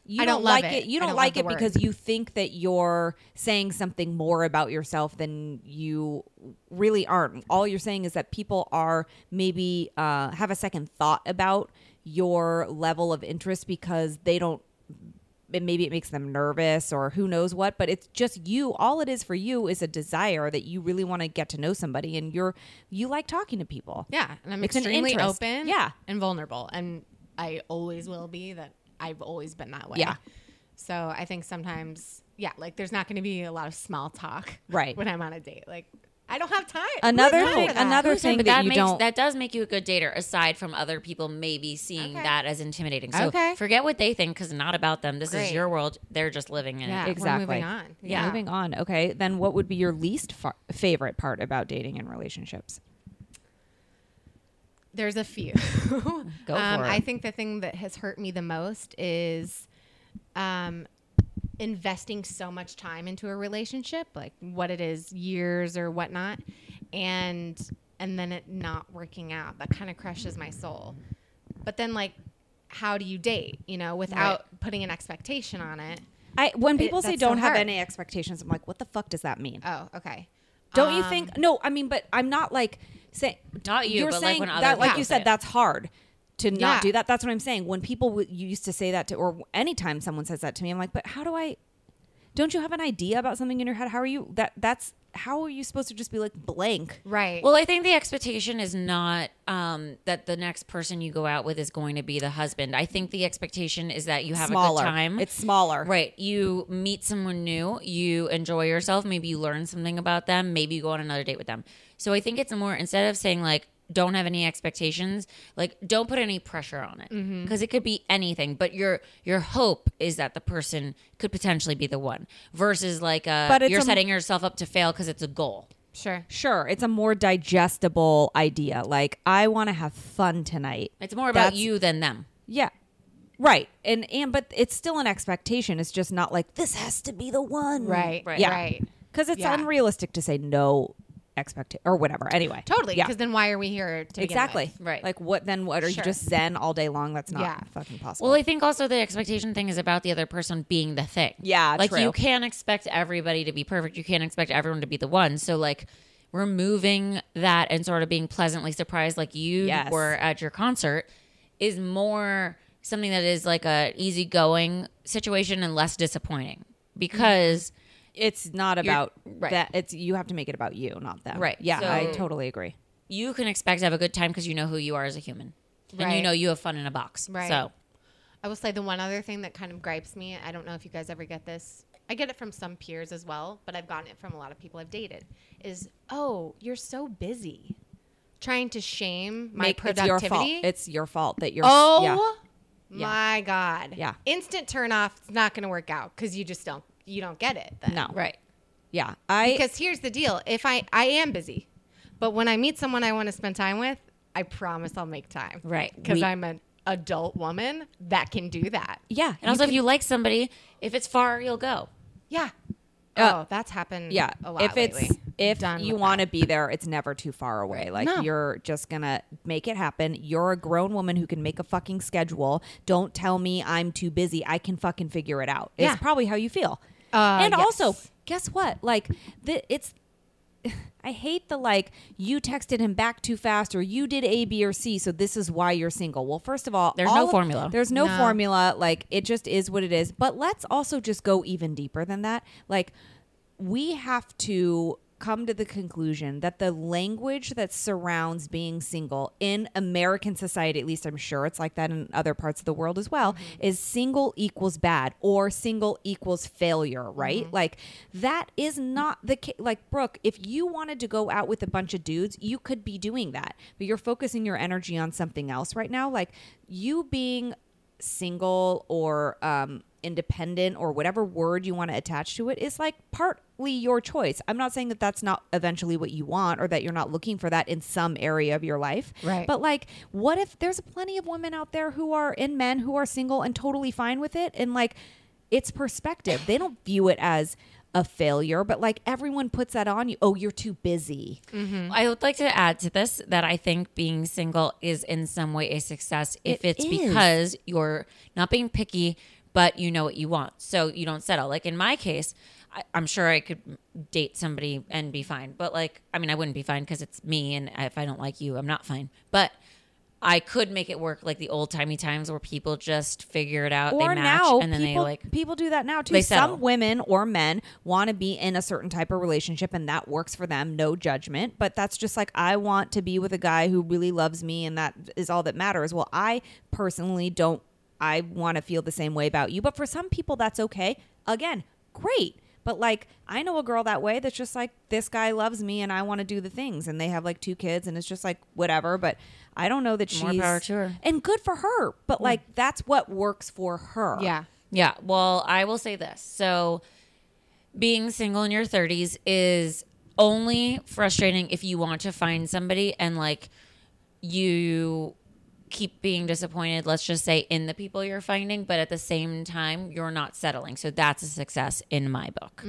C: you
D: I don't love
C: like
D: it.
C: You
D: I
C: don't,
D: don't love
C: like
D: the
C: it
D: word.
C: because you think that you're saying something more about yourself than you really aren't. All you're saying is that people are maybe uh, have a second thought about your level of interest because they don't and maybe it makes them nervous or who knows what but it's just you all it is for you is a desire that you really want to get to know somebody and you're you like talking to people
D: Yeah, and I'm
C: It's an
D: extremely
C: interest.
D: open.
C: Yeah.
D: and vulnerable, and I always will be. That I've always been that way.
C: Yeah.
D: So I think sometimes, yeah, like there's not going to be a lot of small talk.
C: Right.
D: When I'm on a date, like I don't have time.
C: Another
D: Who's
C: thing-
D: time for that?
C: another-
B: Who's saying,
C: thing
B: but
C: that
B: that,
C: you
B: makes
C: don't-
B: that does make you a good dater aside from other people maybe seeing
D: Okay.
B: that as intimidating so
D: Okay.
B: forget what they think because not about them this is
D: Great.
B: your world they're just living in
D: Yeah,
B: it
C: exactly
D: We're moving on.
C: yeah. moving on okay then what would be your least fa- favorite part about dating and relationships
D: There's a few.
B: Go
D: um,
B: for it.
D: I think the thing that has hurt me the most is um, investing so much time into a relationship, like what it is, years or whatnot, and and then it not working out. That kind of crushes my soul. But then, like, how do you date? You know, without putting an expectation on it.
C: I, when people say
D: that's so
C: don't have
D: hard.
C: any expectations, I'm like, what the fuck does that mean?
D: Oh, okay.
C: Don't you
D: Um,
C: think? No, I mean, but I'm not like saying
B: Not you,
C: You're
B: but, like,
C: saying
B: when other
C: that, like
B: people
C: you
B: say
C: said,
B: it.
C: that's hard to not
D: Yeah.
C: do that. That's what I'm saying. When people w- you used to say that to, or anytime someone says that to me, I'm like, but how do I? Don't you have an idea about something in your head? How are you? That that's how are you supposed to just be like blank?
D: Right.
B: Well, I think the expectation is not um, that the next person you go out with is going to be the husband. I think the expectation is that you have
C: smaller.
B: a good time.
C: It's smaller.
B: right. You meet someone new, you enjoy yourself, maybe you learn something about them, maybe you go on another date with them. So I think it's more instead of saying like, don't have any expectations like don't put any pressure on it because
C: Mm-hmm.
B: it could be anything but your your hope is that the person could potentially be the one versus like uh
C: But it's
B: you're
C: a-
B: setting yourself up to fail because it's a goal
D: Sure.
C: Sure, it's a more digestible idea. Like I want to have fun tonight.
B: It's more about
C: That's-
B: you than them.
C: Yeah. Right. And and but it's still an expectation. It's just not like this has to be the one.
D: Right. Right.
C: Mm, Yeah.
D: Right.
C: Cuz it's
D: Yeah.
C: unrealistic to say no expectation or whatever. Anyway.
D: Totally.
C: Yeah.
D: Because then why are we here? To begin with?
C: Exactly.
B: Right.
C: Like what then what are you
D: Sure.
C: just zen all day long? That's not
D: Yeah.
C: fucking possible.
B: Well, I think also the expectation thing is about the other person being the thing.
C: Yeah,
B: like
C: true.
B: you can't expect everybody to be perfect. You can't expect everyone to be the one. So like removing that and sort of being pleasantly surprised, like you
C: Yes.
B: were at your concert, is more something that is like a easygoing situation and less disappointing because
C: it's not
B: You're-
C: about
B: right.
C: that it's you have to make it about you, not them.
B: Right.
C: Yeah, I
B: So-
C: totally agree.
B: you can expect to have a good time because you know who you are as a human and you
D: Right.
B: know you have fun in a box.
D: Right.
B: So
D: I will say the one other thing that kind of gripes me. I don't know if you guys ever get this. I get it from some peers as well, but I've gotten it from a lot of people I've dated. Is oh, you're so busy, trying to shame my
C: Make- it's
D: productivity.
C: your fault. It's your fault that you're
D: Oh
C: yeah.
D: my god.
C: Yeah.
D: Instant turn off. It's not going to work out because you just don't you don't get it. Then.
C: No.
B: right.
C: Yeah. I
D: Because here's the deal: if I I am busy, but when I meet someone I want to spend time with, I promise I'll make time.
B: Right.
D: Because
C: We-
D: I'm an adult woman that can do that.
C: yeah,
B: And also if you like somebody, if it's far, you'll go.
D: Yeah.
C: Uh,
D: oh, that's happened.
C: yeah
D: A lot
C: if it's
D: lately.
C: if
D: Done
C: you
D: with
C: want to
D: that.
C: be there it's never too far away like
D: No.
C: you're just gonna make it happen you're a grown woman who can make a fucking schedule don't tell me i'm too busy i can fucking figure it out
D: Yeah.
C: it's probably how you feel
D: Uh,
C: and
D: yes.
C: also guess what like the, it's I hate the like you texted him back too fast or you did A, B, or C, so this is why you're single. Well, first of all,
B: There's
C: all
B: no
C: of-
B: formula.
C: There's no,
D: No.
C: formula. Like it just is what it is. But let's also just go even deeper than that. Like we have to come to the conclusion that the language that surrounds being single in American society, at least I'm sure it's like that in other parts of the world as well, is single equals bad or single equals failure, right? Like that is not the case. Like, Brooke, if you wanted to go out with a bunch of dudes, you could be doing that, but you're focusing your energy on something else right now. Like, you being single or um, independent or whatever word you want to attach to it is like partly your choice. I'm not saying that that's not eventually what you want or that you're not looking for that in some area of your life.
D: Right.
C: But like, what if there's plenty of women out there who are in men who are single and totally fine with it? And like, it's perspective. They don't view it as a failure, but like everyone puts that on you. Oh, you're too busy.
B: I would like to add to this that I think being single is in some way a success if
C: It
B: it's
C: is.
B: because you're not being picky, but you know what you want. So you don't settle. Like in my case, I, I'm sure I could date somebody and be fine. But like, I mean, I wouldn't be fine because it's me. And if I don't like you, I'm not fine. But I could make it work like the old timey times where people just figure it out.
C: or
B: they match
C: now
B: and then
C: people,
B: they like,
C: people do that now too
B: They settle.
C: some women or men want to be in a certain type of relationship and that works for them no judgment but that's just like i want to be with a guy who really loves me and that is all that matters well i personally don't i want to feel the same way about you but for some people that's okay again great but like i know a girl that way that's just like this guy loves me and i want to do the things and they have like two kids and it's just like whatever but i don't know that
B: More
C: she's
B: power to her.
C: and good for her but like that's what works for her
D: Yeah.
B: Yeah. Well, I will say this. So, being single in your 30s is only frustrating if you want to find somebody and like you keep being disappointed, let's just say, in the people you're finding, but at the same time, you're not settling. So, that's a success in my book.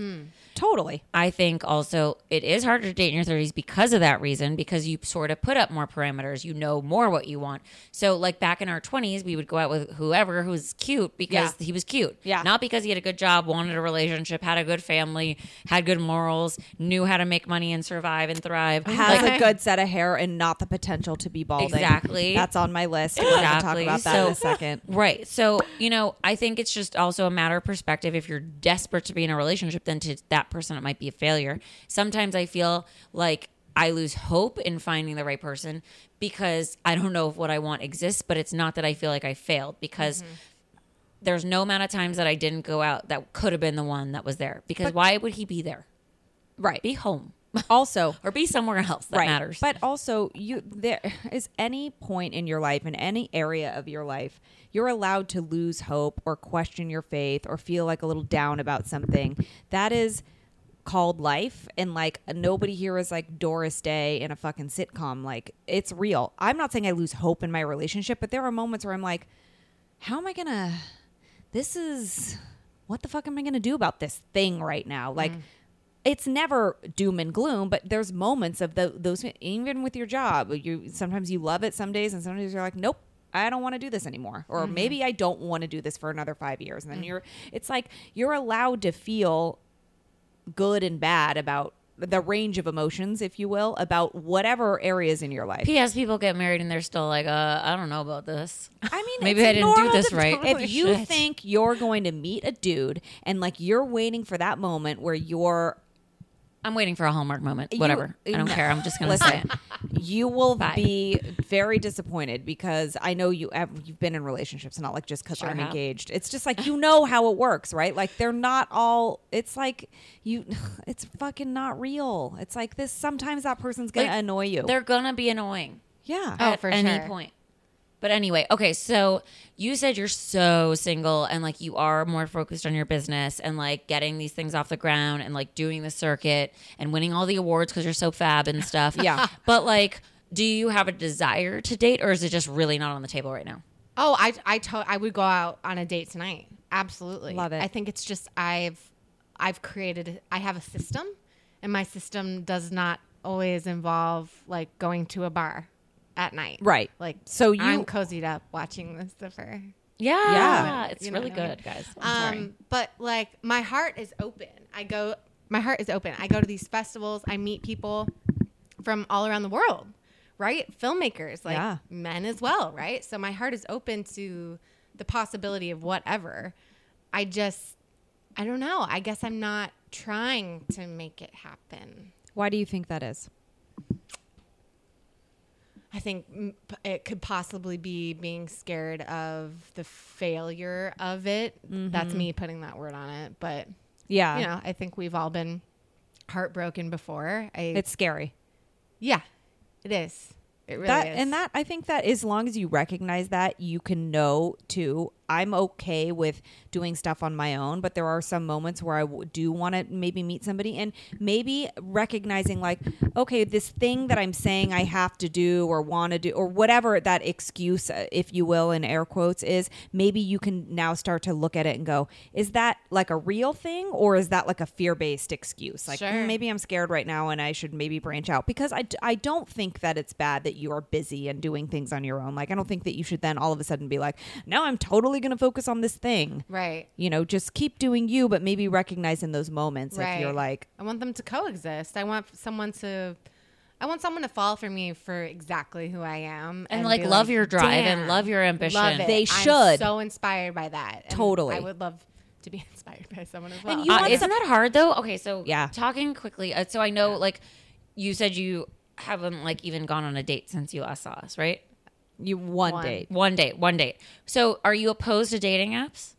C: totally
B: I think also it is harder to date in your 30s because of that reason, because you sort of put up more parameters. You know more what you want. So, like back in our 20s, we would go out with whoever who's cute because
C: Yeah.
B: he was cute.
C: Yeah.
B: Not because he had a good job, wanted a relationship, had a good family, had good morals, knew how to make money and survive and thrive.
C: has
B: Like,
C: a good set of hair and not the potential to be balding.
B: Exactly.
C: That's on my list. We're going to talk
B: Exactly.
C: about that in
B: So-
C: a second.
B: Right. So, you know, I think it's just also a matter of perspective. If you're desperate to be in a relationship, then to that person, it might be a failure. Sometimes I feel like I lose hope in finding the right person because I don't know if what I want exists, but it's not that I feel like I failed because. There's no amount of times that I didn't go out that could have been the one that was there because why would he be there?
C: Right.
B: Be home
C: Also,
B: or be somewhere else that matters.
C: But also, you there is any point in your life, in any area of your life, you're allowed to lose hope or question your faith or feel like a little down about something. That is called life and like nobody here is like Doris Day in a fucking sitcom. Like it's real. I'm not saying I lose hope in my relationship, but there are moments where I'm like, how am I gonna this is what the fuck am I gonna do about this thing right now? Like it's never doom and gloom, but there's moments of tho- those even with your job. You sometimes you love it some days and sometimes you're like, Nope, I don't want to do this anymore. Or maybe I don't want to do this for another five years. And then you're it's like you're allowed to feel good and bad about the range of emotions, if you will, about whatever areas in your life.
B: P.S. People get married and they're still like, uh, I don't know about this.
C: I mean,
B: Maybe
C: it's
B: I didn't do
C: normal
B: this
C: to-
B: right.
C: If you
B: Shit.
C: think you're going to meet a dude and like you're waiting for that moment where you're
B: I'm waiting for a Hallmark moment.
C: You-
B: Whatever. I don't
C: no.
B: care. I'm just gonna say
C: Listen,
B: it.
C: you will
B: Bye.
C: be very disappointed because I know you have, you've been in relationships, not like just because
B: Sure
C: I'm
B: have.
C: engaged. It's just like you know how it works, right? Like they're not all. It's like you. It's fucking not real. It's like this. Sometimes that person's gonna
B: Like,
C: annoy you.
B: They're gonna be annoying.
C: Yeah.
D: Oh,
B: at
D: for
B: any
D: sure.
B: point. But anyway, okay, so you said you're so single and like you are more focused on your business and like getting these things off the ground and like doing the circuit and winning all the awards because you're so fab and stuff.
C: Yeah.
B: But like, do you have a desire to date or is it just really not on the table right now?
D: Oh, I I to- I would go out on a date tonight. Absolutely.
C: Love it.
D: I think it's just I've I've created I have a system and my system does not always involve like going to a bar at night.
C: Right.
D: Like
C: So
D: so
C: you-
D: you I'm cozied up watching Lucifer.
B: Yeah.
C: Yeah.
B: It's
D: You know
B: really
D: what I mean?
B: good, guys. I'm sorry.
D: Um but like my heart is open. I go my heart is open. I go to these festivals, I meet people from all around the world, right? Filmmakers, like
C: Yeah.
D: men as well, right? So my heart is open to the possibility of whatever. I just, I don't know. I guess I'm not trying to make it happen.
C: Why do you think that is?
D: I think mm, p- it could possibly be being scared of the failure of it. That's
B: Mm-hmm.
D: me putting that word on it. But,
C: Yeah.
D: you know, I think we've all been heartbroken before. I,
C: It's scary.
D: yeah, it is. It really
C: that
D: is.
C: and that I think that as long as you recognize that, you can know too. I'm okay with doing stuff on my own, but there are some moments where I w- do want to maybe meet somebody and maybe recognizing like, okay, this thing that I'm saying I have to do or want to do or whatever that excuse, uh, if you will, in air quotes, is maybe you can now start to look at it and go, is that like a real thing or is that like a fear based excuse? Like
D: Sure.
C: "Mm, maybe maybe I'm scared right now and I should maybe branch out because I, d- I don't think that it's bad that you are busy and doing things on your own. Like, I don't think that you should then all of a sudden be like, now I'm totally going to focus on this thing.
D: right.
C: You know, just keep doing you, but maybe recognize in those moments if you're
D: Right.
C: like,
D: I want them to coexist. I want someone to, I want someone to fall for me for exactly who I am,
B: And, like,
D: be
B: love your drive and
D: "Damn,
B: love your ambition."
D: love it.
C: They
D: I'm
C: should.
D: so inspired by that. And
C: Totally.
D: I would love to be inspired by someone as well.
C: you
B: Uh,
C: want
B: isn't that hard though? Okay, so
C: Yeah.
B: talking quickly. Uh, so I know, like, you said you haven't like even gone on a date since you last saw us, right?
C: you one,
D: One.
C: date.
B: One date, one date. So, are you opposed to dating apps?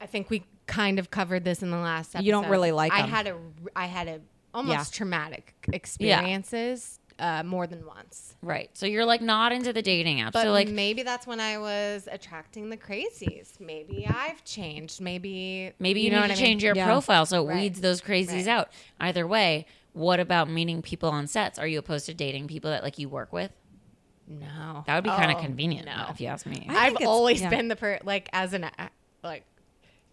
D: I think we kind of covered this in the last episode.
C: You don't really like
D: I
C: 'em.
D: had a, I had a almost
C: Yeah.
D: traumatic experiences uh, more than once.
B: Right. So you're like not into the dating apps.
D: But
B: so like,
D: maybe that's when I was attracting the crazies. Maybe I've changed. Maybe
B: maybe you,
D: know
B: need
D: what
B: to
D: I mean?
B: change your
C: Yeah.
B: profile so it
D: Right.
B: weeds those crazies
D: Right.
B: out. Either way, what about meeting people on sets? Are you opposed to dating people that like you work with?
D: No,
B: That would be kind of
D: Oh,
B: convenient,
D: No.
B: though, if you ask me.
C: I think
D: I've
C: it's-
D: always
C: yeah.
D: been the per like as an a- like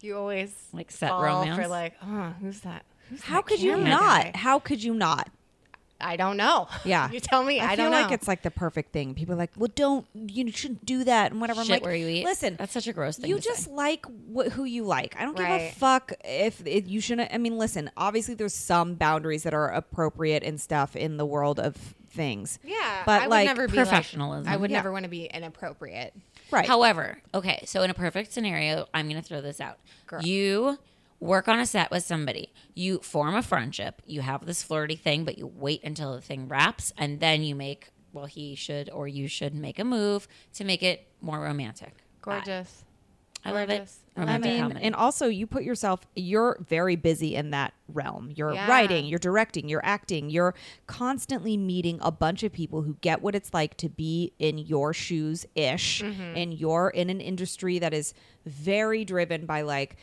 D: you always
B: Like set
D: fall
B: romance?
D: for like oh who's that? Who's
C: How
D: that
C: could you
D: camera
C: not?
D: guy?
C: How could you not?
D: I don't know.
C: Yeah.
D: you tell me. I,
C: feel
D: don't
C: like
D: know.
C: it's like the perfect thing. People are like, well, don't, you shouldn't do that and whatever.
B: Shit
C: I'm like,
B: where you eat.
C: Listen,
B: that's such a gross thing.
C: You
B: to
C: just
B: say.
C: like wh- who you like. I don't give a
D: Right.
C: fuck if it, you shouldn't. I mean, listen. Obviously, there's some boundaries that are appropriate and stuff in the world of things.
D: yeah,
C: but
D: I would
C: like
D: never be
B: professionalism.
D: Like, I would
C: Yeah.
D: never want to be inappropriate.
C: right.
B: However, okay, so in a perfect scenario, I'm going to throw this out.
D: Girl.
B: You work on a set with somebody, you form a friendship, you have this flirty thing, but you wait until the thing wraps, and then you make, well, he should or you should make a move to make it more romantic.
D: Gorgeous.
B: I love it.
D: Gorgeous. I
C: I
B: Romantic
C: mean,
B: comedy.
C: and also you put yourself. You're very busy in that realm. You're
D: Yeah.
C: writing. You're directing. You're acting. You're constantly meeting a bunch of people who get what it's like to be in your
B: Mm-hmm.
C: shoes ish, and you're in an industry that is very driven by like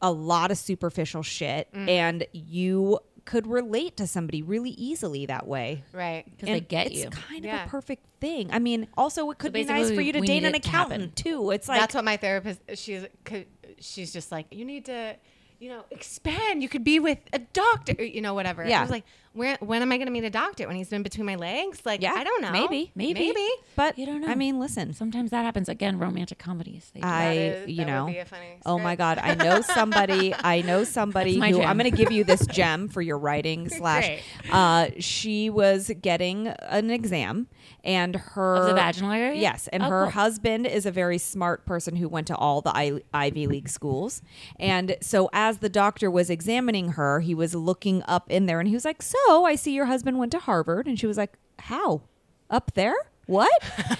C: a lot of superficial shit
B: Mm-hmm.
C: and you could relate to somebody really easily that way.
D: Right.
B: because they
C: And
B: get
C: it's
B: you.
C: kind
D: Yeah.
C: of a perfect thing. I mean, also it could be
B: basically
C: nice for
B: we-
C: you to
B: we
C: date
B: need
C: an
B: it to happen.
C: accountant too. It's like
D: That's what my therapist. She's co- she's just like you need to, you know, expand. You could be with a doctor, or, you know, whatever.
C: Yeah.
D: I was like, where when am I going to meet a doctor when he's been between my legs? Like,
C: Yeah,
D: I don't know.
C: maybe,
B: maybe.
D: maybe.
C: but
B: You don't know.
C: I mean, listen.
B: Sometimes that happens. Again, romantic comedies. They do.
C: I,
D: is-
C: you
D: that
C: know,
D: would be a funny
C: oh my
D: script.
C: god, I know somebody. I know somebody
B: That's my
C: who I'm
B: gem.
C: going to give you this gem for your writing slash.
B: Great.
C: Uh, she was getting an exam, and her
B: Of the vaginal area?
C: Yes, and
B: Oh,
C: her
B: cool.
C: husband is a very smart person who went to all the I- Ivy League schools, and so as the doctor was examining her, he was looking up in there, and he was like, "So I see your husband went to Harvard," and she was like, "How up there?" What?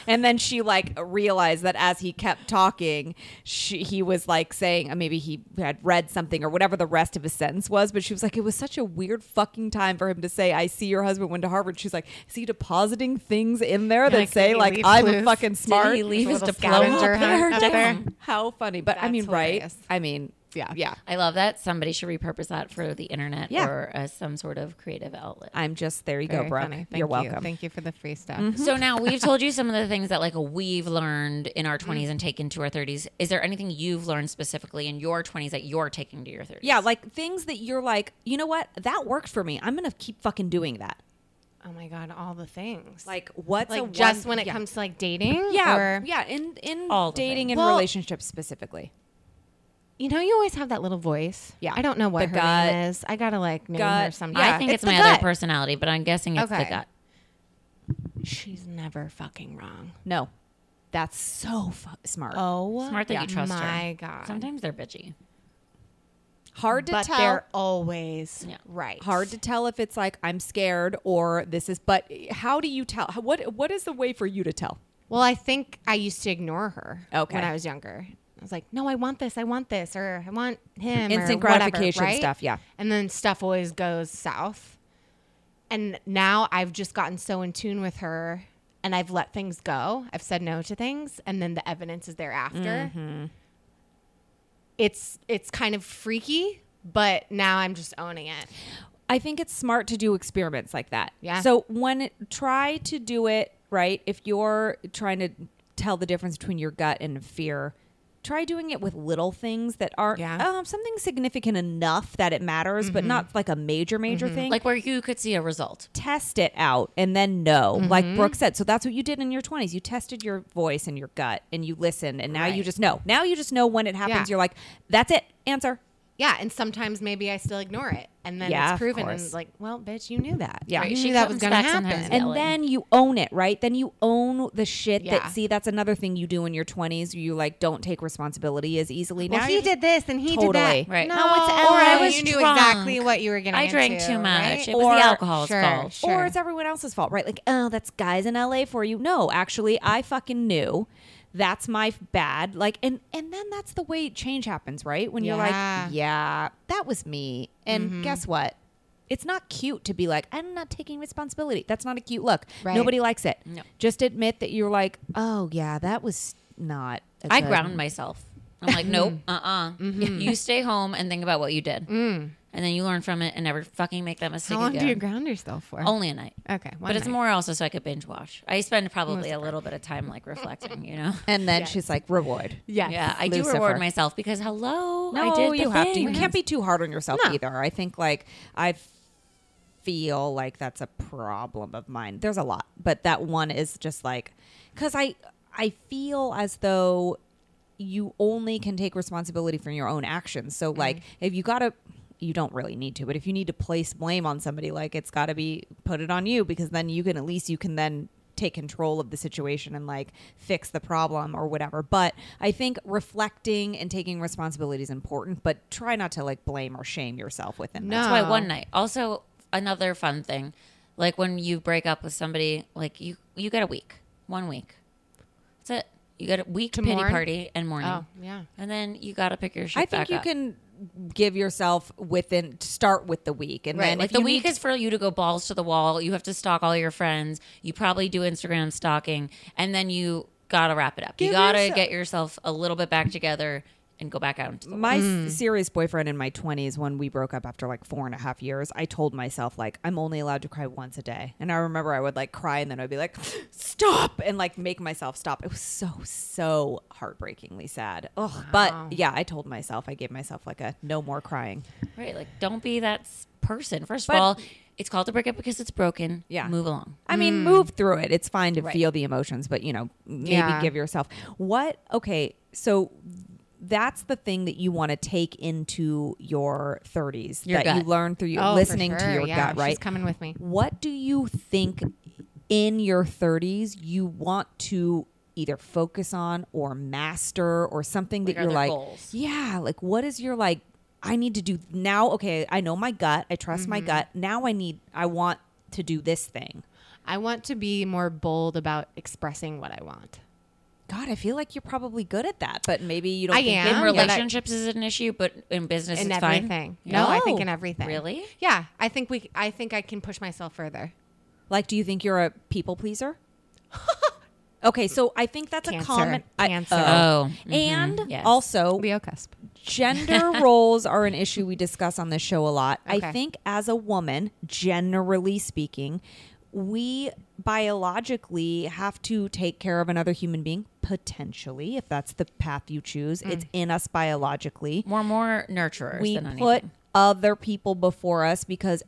C: and then she like realized that as he kept talking, she, he was like saying uh, maybe he had read something or whatever the rest of his sentence was. But she was like, it was such a weird fucking time for him to say, "I see your husband went to Harvard." She's like, "Is he depositing things in there that
D: like,
C: say
D: did he
C: like
D: leave
C: I'm a
D: clues?
C: fucking smart?"
B: Did he leave his
D: Little
B: diploma
D: scavenger
B: up there?
D: hunt up there.
B: Damn.
C: How funny. But I
D: That's
C: mean,
D: hilarious.
C: right? I mean, yeah, yeah.
B: I love that. Somebody should repurpose that for the internet
C: Yeah.
B: or uh, some sort of creative outlet.
C: I'm just there. You go,
D: Very
C: Brooke.
D: funny. Thank
C: You're
D: you.
C: welcome. Mm-hmm.
D: Thank you for the free stuff.
B: So now we've told you some of the things that like we've learned in our 20s and taken to our 30s. Is there anything you've learned specifically in your 20s that you're taking to your 30s?
C: Yeah, like things that you're like, you know what? That worked for me. I'm gonna keep fucking doing that.
D: Oh my god, all the things.
C: Like what's
D: like
C: a
D: just
C: one-
D: when it
C: yeah.
D: comes to like dating.
C: Yeah,
D: Or,
C: yeah. In in
B: All the
C: dating
B: things.
C: and
D: Well-
C: relationships specifically.
D: You know, you always have that little voice.
C: Yeah.
D: I don't know what
C: The
D: her
C: gut.
D: name is. I gotta like name her
C: Gut.
D: sometime.
B: I
C: yeah,
B: think it's,
D: um, the
B: my
D: gut.
B: other personality, but I'm guessing it's
D: Okay.
B: the gut.
D: She's never fucking wrong.
C: No, that's so fu- smart.
D: Oh,
B: Smart that you trust her.
D: my god.
B: Sometimes they're bitchy.
C: hard to
D: but
C: tell.
D: they're always
B: Yeah.
D: right.
C: hard to tell if it's like I'm scared or this is. But how do you tell? How- What what is the way for you to tell?
D: Well, I think I used to ignore her
C: Okay.
D: when I was younger. I was like, no, I want this, I want this, or I want him. or
C: Instant
D: whatever,
C: gratification
D: right?
C: stuff, yeah.
D: And then stuff always goes south. And now I've just gotten so in tune with her and I've let things go. I've said no to things and then the evidence is thereafter.
C: Mm-hmm.
D: It's it's kind of freaky, but now I'm just owning it.
C: I think it's smart to do experiments like that.
D: Yeah.
C: So when it, try to do it right, if you're trying to tell the difference between your gut and fear, try doing it with little things that are
D: Yeah. Mm-hmm.
C: um, something significant enough that it matters, but not like a major major thing.
B: Like where you could see a result.
C: test it out and then know,
D: Mm-hmm.
C: like Brooke said. So that's what you did in your 20s. You tested your voice and your gut and you listened, and now you
D: Right.
C: just know. Now you just know when it happens.
D: Yeah.
C: You're like, that's it, answer.
D: Yeah, and sometimes maybe I still ignore it, and then
C: Yeah, of
D: it's proven. And
C: course.
D: like, well, bitch, you knew that.
C: Yeah.
D: you
B: She
D: knew that was
B: comes
D: gonna
B: back
D: happen.
B: sometimes
D: And-
C: and
B: yelling.
C: then you own it, right? Then you own the shit
D: Yeah.
C: that see that's another thing you do in your 20s. You like don't take responsibility as easily.
D: well,
C: now
D: he
C: you-
D: did this, and he
C: Totally.
D: did that.
B: Right.
D: No,
B: No,
D: it's
B: or
D: Ellen.
B: I was
D: you knew
B: drunk.
D: exactly what you were getting.
B: I drank
D: into,
B: too much.
D: right?
B: It was
C: Or-
B: the alcohol's
D: Sure,
B: fault.
D: sure.
C: Or it's everyone else's fault, right? Like, oh, that's guys in LA for you. No, actually, I fucking knew. That's my f- bad. Like, and and then that's the way change happens, right? When you're
D: Yeah. Mm-hmm.
C: like, yeah, that was me. And guess what? It's not cute to be like, I'm not taking responsibility. That's not a cute look.
D: Right.
C: Nobody likes it.
B: No.
C: Just admit that you're like, oh yeah, that was not. a
B: I
C: good-
B: ground myself. I'm like, nope, uh uh
D: Mm-hmm.
B: You stay home and think about what you did. And then you learn from it and never fucking make that mistake
D: Mm. How long
B: again.
D: do you ground yourself for?
B: Only a night.
D: okay,
B: but it's more also so I could binge watch. I spend probably a little bit of time like reflecting, you know?
C: And then she's like, reward.
D: Yes.
B: Yeah, I do
C: Lucifer.
B: reward myself because hello,
C: No,
B: I did the
C: you have to. You
B: thing.
C: can't be too hard on yourself
D: No.
C: either. I think like I feel like that's a problem of mine. There's a lot, but that one is just like because I I feel as though you only can take responsibility for your own actions.
B: Mm-hmm.
C: So like if you gotta. You don't really need to, but if you need to place blame on somebody, like it's got to be put it on you because then you can at least you can then take control of the situation and like fix the problem or whatever. But I think reflecting and taking responsibility is important, but try not to like blame or shame yourself within that.
D: No.
B: That's why one night. Also, another fun thing, like when you break up with somebody, like you you get a week, one week. That's it. You get a week
D: To
B: pity
D: mourn?
B: party and morning.
D: Oh, yeah.
B: And then you got to pick your shit
C: I think
B: back
C: you
B: up.
C: can give yourself within start with the week and
B: Right.
C: then
B: Like
C: if
B: the
C: you
B: week
C: need-
B: is for you to go balls to the wall. You have to stalk all your friends. You probably do Instagram stalking and then you got to wrap it up. you
C: Give
B: got to
C: yourself-
B: get yourself a little bit back together and go back out into the
C: My s- serious boyfriend in my 20s, when we broke up after like four and a half years, I told myself, like, I'm only allowed to cry once a day. And I remember I would like cry and then I'd be like, stop, and like make myself stop. It was so, so heartbreakingly sad. Ugh. But yeah, I told myself, I gave myself like a no more crying.
B: Right. Like, don't be that s- person. First
C: Mm. But-
B: of all, it's called a breakup because it's broken.
C: Yeah.
B: Move along.
C: I mean,
D: Hmm.
C: move through it. It's fine to
B: Right.
C: feel the emotions, but you know, maybe
D: Yeah.
C: give yourself what? Okay, so that's the thing that you want to take into your 30s
B: Your
C: that you
B: gut.
C: learn through your
D: Oh, for
C: listening to
D: sure.
C: your
D: Yeah,
C: gut,
D: She's
C: right?
D: coming with me.
C: What do you think in your 30s you want to either focus on or master or something that
B: Like, are
C: you're
B: there
C: like,
B: goals?
C: yeah, like what is your like, I need to do now? Okay, I know my gut. I trust
D: Mm-hmm.
C: my gut. Now I need, I want to do this thing.
D: I want to be more bold about expressing what I want.
C: God, I feel like you're probably good at that, but maybe you don't.
D: I
C: think
D: am.
C: it-
B: In
D: Yeah, that-
B: relationships is an issue, but in business,
D: in
B: it's fine.
D: everything.
B: Yeah.
D: No, I think in
C: No.
D: everything.
B: Really?
D: Yeah, I think we. I think I can push myself further.
C: Like, do you think you're a people pleaser? okay, so I think that's a
D: Cancer.
C: common uh,
D: Cancer.
B: Oh.
C: and
B: Yes.
C: also,
D: Leo cusp.
C: gender roles are an issue we discuss on this show a lot. I
D: Okay.
C: think as a woman, generally speaking, we biologically have to take care of another human being potentially if that's the path you choose.
D: Mm.
C: It's in us biologically.
B: We're more nurturers
C: we
B: than anything.
C: put other people before us because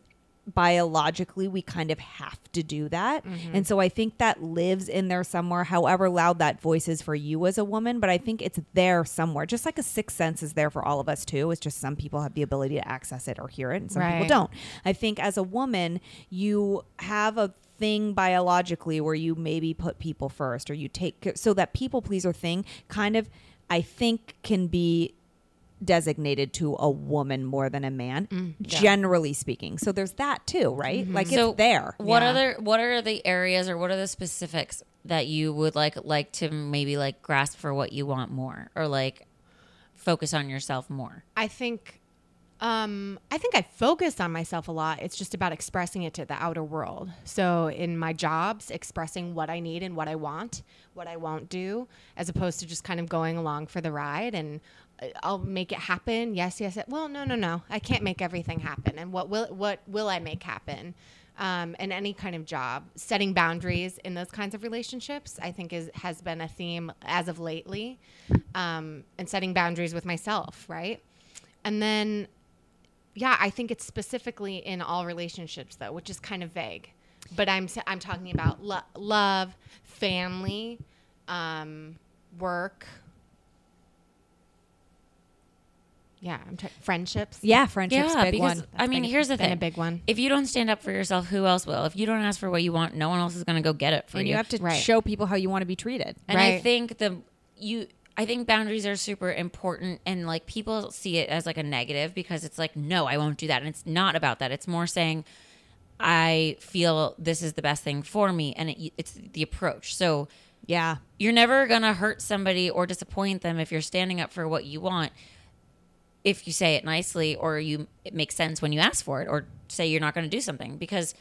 C: biologically we kind of have to do that
B: Mm-hmm.
C: and so i think that lives in there somewhere however loud that voice is for you as a woman but i think it's there somewhere just like a sixth sense is there for all of us too it's just some people have the ability to access it or hear it and some people
D: Right.
C: don't i think as a woman you have a thing biologically where you maybe put people first or you take so that people pleaser thing kind of i think can be designated to a woman more than a man, generally speaking. So there's that too, right? Like
B: So
C: it's there.
B: What
D: Yeah.
B: other what are the areas or what are the specifics that you would like like to maybe like grasp for what you want more or like focus on yourself more?
D: I think. Um, I think I focused on myself a lot. It's just about expressing it to the outer world. So in my jobs, expressing what I need and what I want, what I won't do, as opposed to just kind of going along for the ride and uh, I'll make it happen. Yes, yes. yes. Well, no, no, no. I can't make everything happen. And what will what will I make happen? um, in any kind of job, setting boundaries in those kinds of relationships, I think is has been a theme as of lately, um, and setting boundaries with myself, right? And then, yeah, I think it's specifically in all relationships though, which is kind of vague. But I'm s- I'm talking about lo- love, family, um, work. Yeah, I'm t- friendships.
C: yeah, friendship's
B: yeah,
C: big
B: because
C: one.
B: I mean,
D: been a-
B: here's the
D: been a
B: thing:
D: big one.
B: If you don't stand up for yourself, who else will? If you don't ask for what you want, no one else is going to go get it for
C: And you have to
D: Right.
C: show people how you want to be treated.
B: And I
D: Right.
B: think the you I think boundaries are super important and like people see it as like a negative because it's like no, I won't do that and it's not about that. It's more saying I feel this is the best thing for me and it, it's the approach. So
C: Yeah.
B: you're never going to hurt somebody or disappoint them if you're standing up for what you want. If you say it nicely or you it makes sense when you ask for it or say you're not going to do something because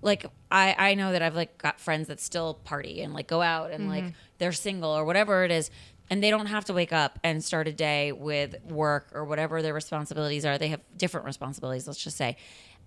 B: like I I know that I've like got friends that still party and like go out and
C: Mm-hmm.
B: like they're single or whatever it is and they don't have to wake up and start a day with work or whatever their responsibilities are. They have different responsibilities, let's just say.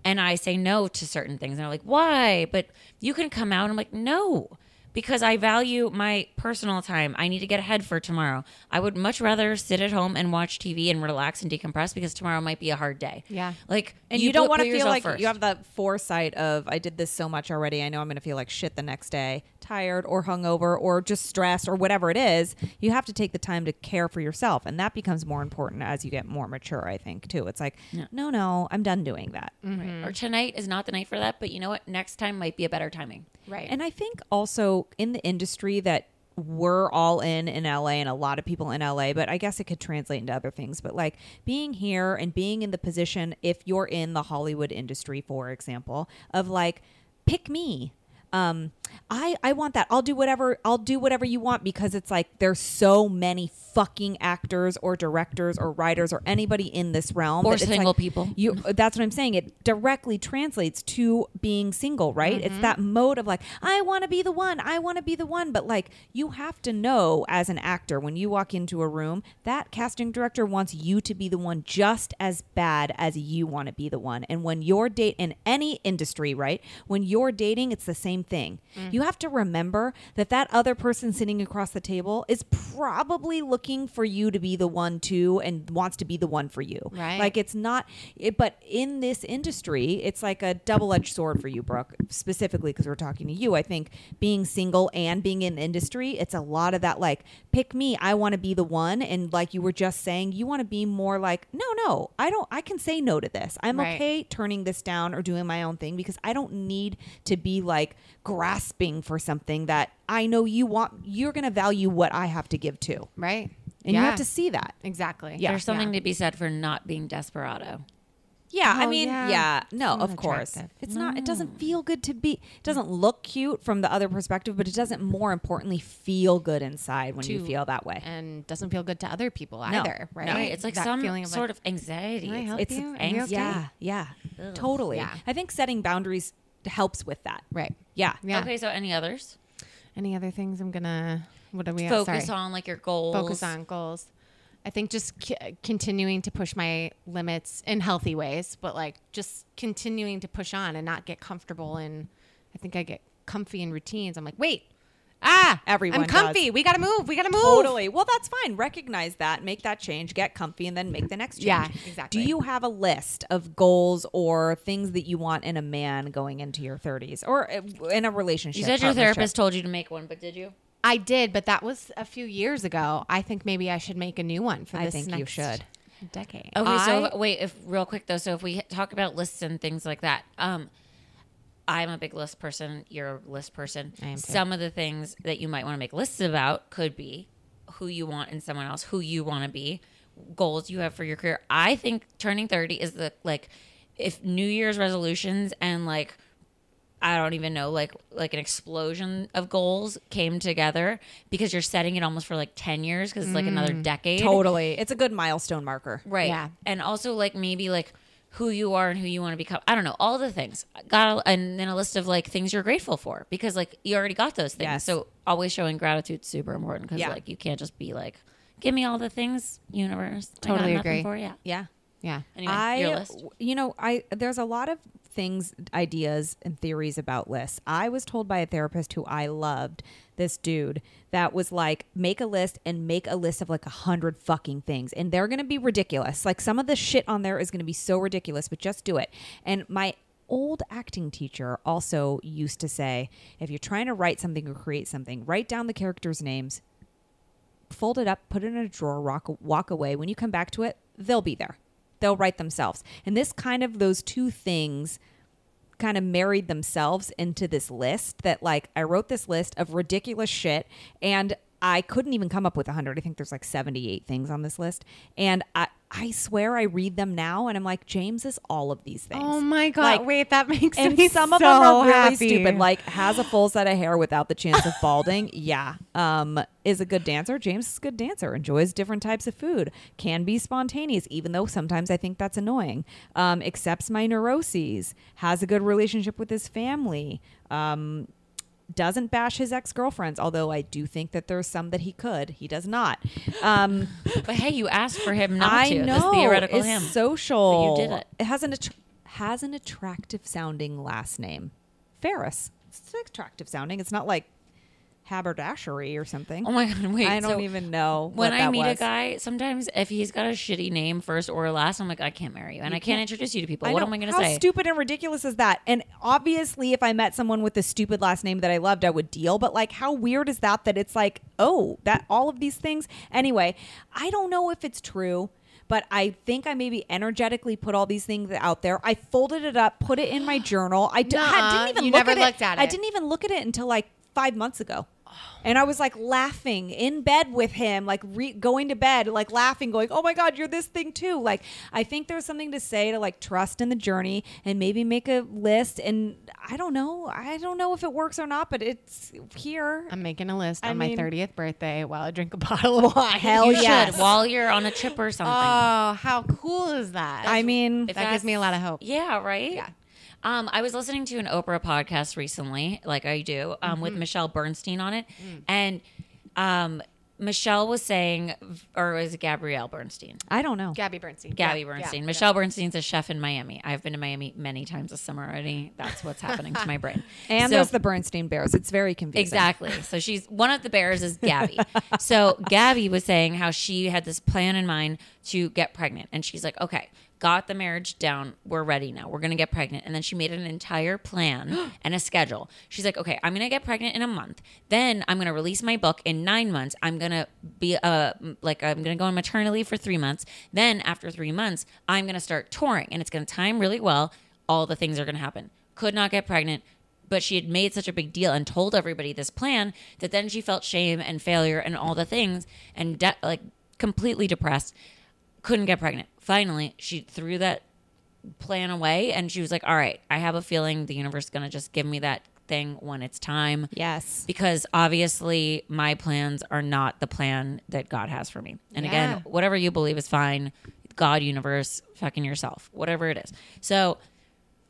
B: And I say no to certain things and they're like, "Why?" But you can come out. I'm like, "No." Because I value my personal time. I need to get ahead for tomorrow. I would much rather sit at home and watch TV and relax and decompress because tomorrow might be a hard day.
D: Yeah.
B: Like,
C: And you, don't
B: put-
C: want to
B: put
C: feel
B: yourself
C: like
B: first.
C: you have that foresight of I did this so much already. I know I'm going to feel like shit the next day, tired or hungover or just stressed or whatever it is. You have to take the time to care for yourself, and that becomes more important as you get more mature. I think too. It's like, no, no, I'm done doing that.
D: Hmm.
B: Right. Or tonight is not the night for that, but you know what? Next time might be a better timing.
D: Right.
C: And I think also in the industry that we're all in in LA and a lot of people in LA, but I guess it could translate into other things. But like being here and being in the position, if you're in the Hollywood industry, for example, of like, pick me. Um, I I want that. I'll do whatever I'll do whatever you want because it's like there's so many fucking actors or directors or writers or anybody in this realm
B: Or
C: that it's like,
B: single people.
C: You that's what I'm saying. It directly translates to being single, right? It's that mode of like I want to be the one. I want to be the one, but like you have to know as an actor when you walk into a room, that casting director wants you to be the one just as bad as you want to be the one. And when you're date in any industry, right? When you're dating, it's the same thing. You have to remember that that other person sitting across the table is probably looking for you to be the one too and wants to be the one for you.
D: Right.
C: Like it's not it, but in this industry, it's like a double-edged sword for you, Brooke, specifically because we're talking to you. I think being single and being in industry, it's a lot of that like pick me, I want to be the one and like you were just saying, you want to be more like no, no, I don't I can say no to this. I'm
D: Right.
C: okay turning this down or doing my own thing because I don't need to be like grasping for something that I know you want you're going to value what I have to give to.
D: right?
C: And you
D: Yeah.
C: have to see that.
D: exactly.
C: Yeah.
B: There's something to be said for not being desperado.
C: Yeah, I
D: Oh,
C: mean, yeah,
D: yeah.
C: no,
D: Not
C: of course,
D: attractive.
C: it's not. It doesn't feel good to be. It doesn't look cute from the other perspective, but it doesn't. More importantly, feel good inside when you
D: To-
C: feel that way.
D: and doesn't feel good to other people either, right?
B: No, it's like
D: That
B: some
D: feeling of
B: sort
D: like,
B: of anxiety.
D: "Can I
B: It's
D: help
C: It's
D: you? Are you
B: angst-
D: okay?"
C: Yeah, yeah, totally.
D: Yeah.
C: I think setting boundaries helps with that.
D: right.
C: Yeah,
D: Yeah.
B: Okay, so any others?
D: Any other things I'm gonna? What are we
B: Focus
D: sorry.
B: on like your goals.
D: Focus on goals. I think just c- continuing to push my limits in healthy ways, but like just continuing to push on and not get comfortable. And I think I get comfy in routines. I'm like, wait, ah,
C: Everyone
D: I'm comfy. We gotta move. We gotta move.
C: Totally. Well, that's fine. Recognize that, make that change, get comfy, and then make the next change.
D: Yeah, exactly.
C: Do you have a list of goals or things that you want in a man going into your 30s or uh, in a relationship?
B: You said your
C: partnership?
B: therapist told you to make one, but did you?
D: I did, but that was a few years ago. I think maybe I should make a new one for
C: I
D: this.
C: think you
D: next
C: should.
D: Decade.
B: Okay,
D: I-
B: so wait, if real quick though, so if we talk about lists and things like that, um, I'm a big list person. You're a list person.
D: I am too.
B: Some of the things that you might want to make lists about could be who you want in someone else, who you want to be, goals you have for your career. I think turning 30 is the like if New Year's resolutions and like I don't even know, like like an explosion of goals came together because you're setting it almost for like ten years because it's like another
D: Mm,
B: decade.
C: Totally. It's a good milestone marker.
B: Right.
D: Yeah.
B: And also like maybe like who you are and who you want to become. I don't know, all the things. Got a, and then a list of like things you're grateful for because like you already got those things.
C: Yes.
B: So always showing gratitude super important because
C: Yeah.
B: like you can't just be like, give me all the things, universe. I got
D: Totally
B: nothing
D: agree.
B: For you.
C: Yeah.
D: yeah.
B: Anyway,
C: I,
B: your list.
C: you know, I there's a lot of things, ideas, and theories about lists. I was told by a therapist who I loved, this dude, that was like, make a list and make a list of like a hundred fucking things, and they're gonna be ridiculous. Like some of the shit on there is gonna be so ridiculous, but just do it. And my old acting teacher also used to say, if you're trying to write something or create something, write down the characters' names, fold it up, put it in a drawer, rock, walk away. When you come back to it, they'll be there. They'll write themselves. And this kind of those two things kind of married themselves into this list that like I wrote this list of ridiculous shit and I couldn't even come up with 100. I think there's like 78 things on this list and I I swear I read them now and I'm like James is all of these things.
D: Oh my god!
C: Like,
D: wait, that makes
C: and
D: me
C: some
D: so
C: of them are really
D: happy.
C: stupid like has a full set of hair without the chance of balding yeah um is a good dancer james is a good dancer enjoys different types of food can be spontaneous even though sometimes i think that's annoying um accepts my neuroses has a good relationship with his family um doesn't bash his ex-girlfriends although i do think that there's some that he could he does not um
B: But hey, you asked for him not
C: I
B: to.
C: know.
B: This theoretical
C: it's
B: him.
C: social.
B: But you did it.
C: has an attr has an attractive sounding last name, Ferris. It's attractive sounding. It's not like haberdashery or something.
B: Oh my god! Wait,
C: I don't
B: so
C: even know
B: When
C: what
B: I
C: that
B: meet a
C: was.
B: guy, sometimes if he's got a shitty name first or last, I'm like, I can't marry you, and I can't introduce you to people.
C: I
B: what
C: know.
B: am I going to
C: How
B: say?
C: stupid and ridiculous is that? And obviously, if I met someone with a stupid last name that I loved, I would deal. But like, how weird is that? That it's like, oh, that all of these things. Anyway, I don't know if it's true. But I think I maybe energetically put all these things out there. I folded it up, put it in my journal. I d-
D: Nuh-uh,
C: had- didn't even
D: you
C: look
D: never
C: at
D: looked
C: it.
D: at
C: I
D: it.
C: didn't even look at it until like five months ago. And I was like laughing in bed with him, like re- going to bed, like laughing, going, "Oh my God, you're this thing too!" Like I think there's something to say to like trust in the journey and maybe make a list. And I don't know, I don't know if it works or not, but it's here.
D: I'm making a list
C: I
D: on
C: mean-
D: my 30th birthday while I drink a bottle of wine.
C: Hell
B: you
C: yes.
B: should while you're on a trip or something.
D: Oh, how cool is that?
C: I mean,
B: If
D: that gives me a lot of hope.
B: Yeah, right?
D: Yeah.
B: Um, I was listening to an Oprah podcast recently, like I do, um,
D: Mm-hmm.
B: with Michelle Bernstein on it.
D: Mm.
B: And um, Michelle was saying, or was it Gabrielle Bernstein?
C: I don't know.
D: Gabby Bernstein.
B: Gabby
D: Yeah,
B: Bernstein.
D: yeah,
B: Michelle Bernstein's a chef in Miami. I've been to Miami many times this summer already. That's what's happening to my brain.
C: And
B: So-
C: there's the Bernstein Bears. It's very confusing.
B: Exactly. So she's one of the bears is Gabby. so Gabby was saying how she had this plan in mind to get pregnant. And she's like, okay, got the marriage down. We're ready now. We're going to get pregnant. And then she made an entire plan and a schedule. She's like, okay, I'm going to get pregnant in a month. Then I'm going to release my book in nine months. I'm going to be uh, like, I'm going to go on maternity leave for three months. Then after three months, I'm going to start touring and it's going to time really well. All the things are going to happen. Could not get pregnant but she had made such a big deal and told everybody this plan that then she felt shame and failure and all the things and de- like completely depressed couldn't get pregnant finally she threw that plan away and she was like all right i have a feeling the universe is going to just give me that thing when it's time
C: Yes.
B: because obviously my plans are not the plan that God has for me. And
D: Yeah.
B: again, whatever you believe is fine. God, universe, fucking yourself, whatever it is. So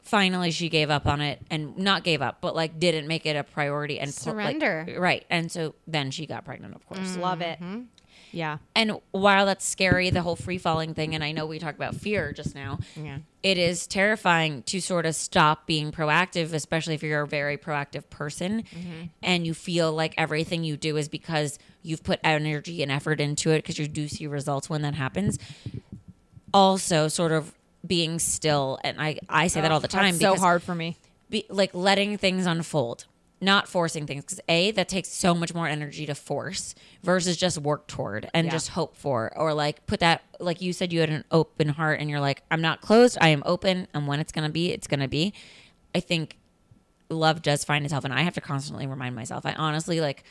B: finally she gave up on it and not gave up, but like didn't make it a priority and put, like-
D: Surrender. Mm.
B: right. And so then she got pregnant, of course.
C: Love it. Yeah.
B: And while that's scary, the whole free falling thing, and I know we talked about fear just now,
D: Yeah.
B: it is terrifying to sort of stop being proactive, especially if you're a very proactive person
C: Mm-hmm.
B: and you feel like everything you do is because you've put energy and effort into it because you do see results when that happens. Also, sort of being still, and I, I say that all the time
C: That's so
B: because
C: hard for me.
B: be, like letting things unfold, not forcing things. Because a that takes so much more energy to force versus just work toward and
C: Yeah.
B: just hope for, or like put that like you said you had an open heart and you're like I'm not closed, I am open, and when it's gonna be, it's gonna be. I think love does find itself, and I have to constantly remind myself. I honestly like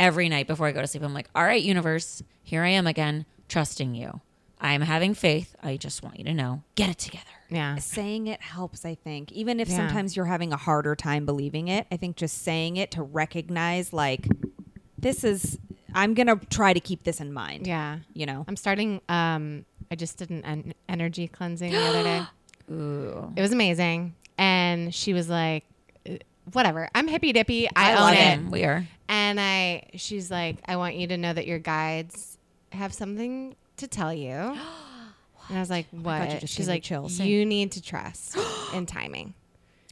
B: every night before I go to sleep, I'm like, all right, universe, here I am again, trusting you. I am having faith. I just want you to know, get it together.
D: Yeah.
C: saying it helps i think even if
D: Yeah.
C: sometimes you're having a harder time believing it i think just saying it to recognize like this is i'm gonna try to keep this in mind
D: Yeah.
C: you know
D: I'm starting. Um, I just did an en- energy cleansing the other day. Ooh. It was amazing. And she was like, uh, whatever. I'm hippy dippy. I, own
C: love
D: it.
B: Same, We are.
D: And I, she's like, I want you to know that your guides have something to tell you. and I was like, what?
C: God, you just gave
D: she's
C: me
D: like,
C: chills.
D: you need to trust in timing.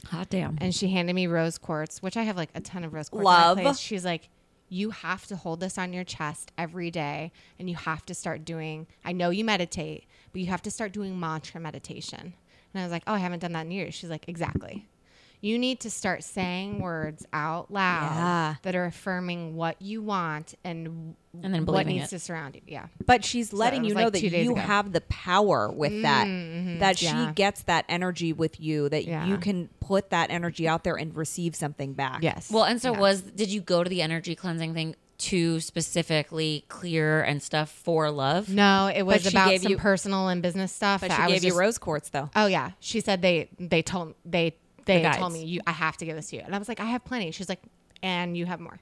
B: Hot damn.
D: And she handed me rose quartz, which I have like a ton of rose quartz. in my
C: Love.
D: place. She's like, you have to hold this on your chest every day, and you have to start doing. I know you meditate, but you have to start doing mantra meditation. And I was like, oh, I haven't done that in years. She's like, exactly. You need to start saying words out loud
C: Yeah.
D: that are affirming what you want and
B: And then
D: what
B: believing
D: needs
B: it.
D: to surround you. Yeah,
C: but she's letting
D: was
C: you
D: like
C: know that
D: two days
C: you
D: ago. Mm-hmm.
C: have the power with that that
D: yeah.
C: she gets that energy with you that
D: Yeah.
C: you can put that energy out there and receive something back
D: yes.
B: Well, and so was did you go to the energy cleansing thing to specifically clear and stuff for love?
D: no, it was
C: she
D: about
C: gave
D: some
C: you-
D: personal and business stuff.
C: but
D: that
C: she
D: I was
C: gave you
D: just-
C: rose quartz though
D: Oh yeah, she said they they told they
B: The
D: they
B: guides.
D: told me you I have to give this to you, and I was like I have plenty. She's like, and you have more.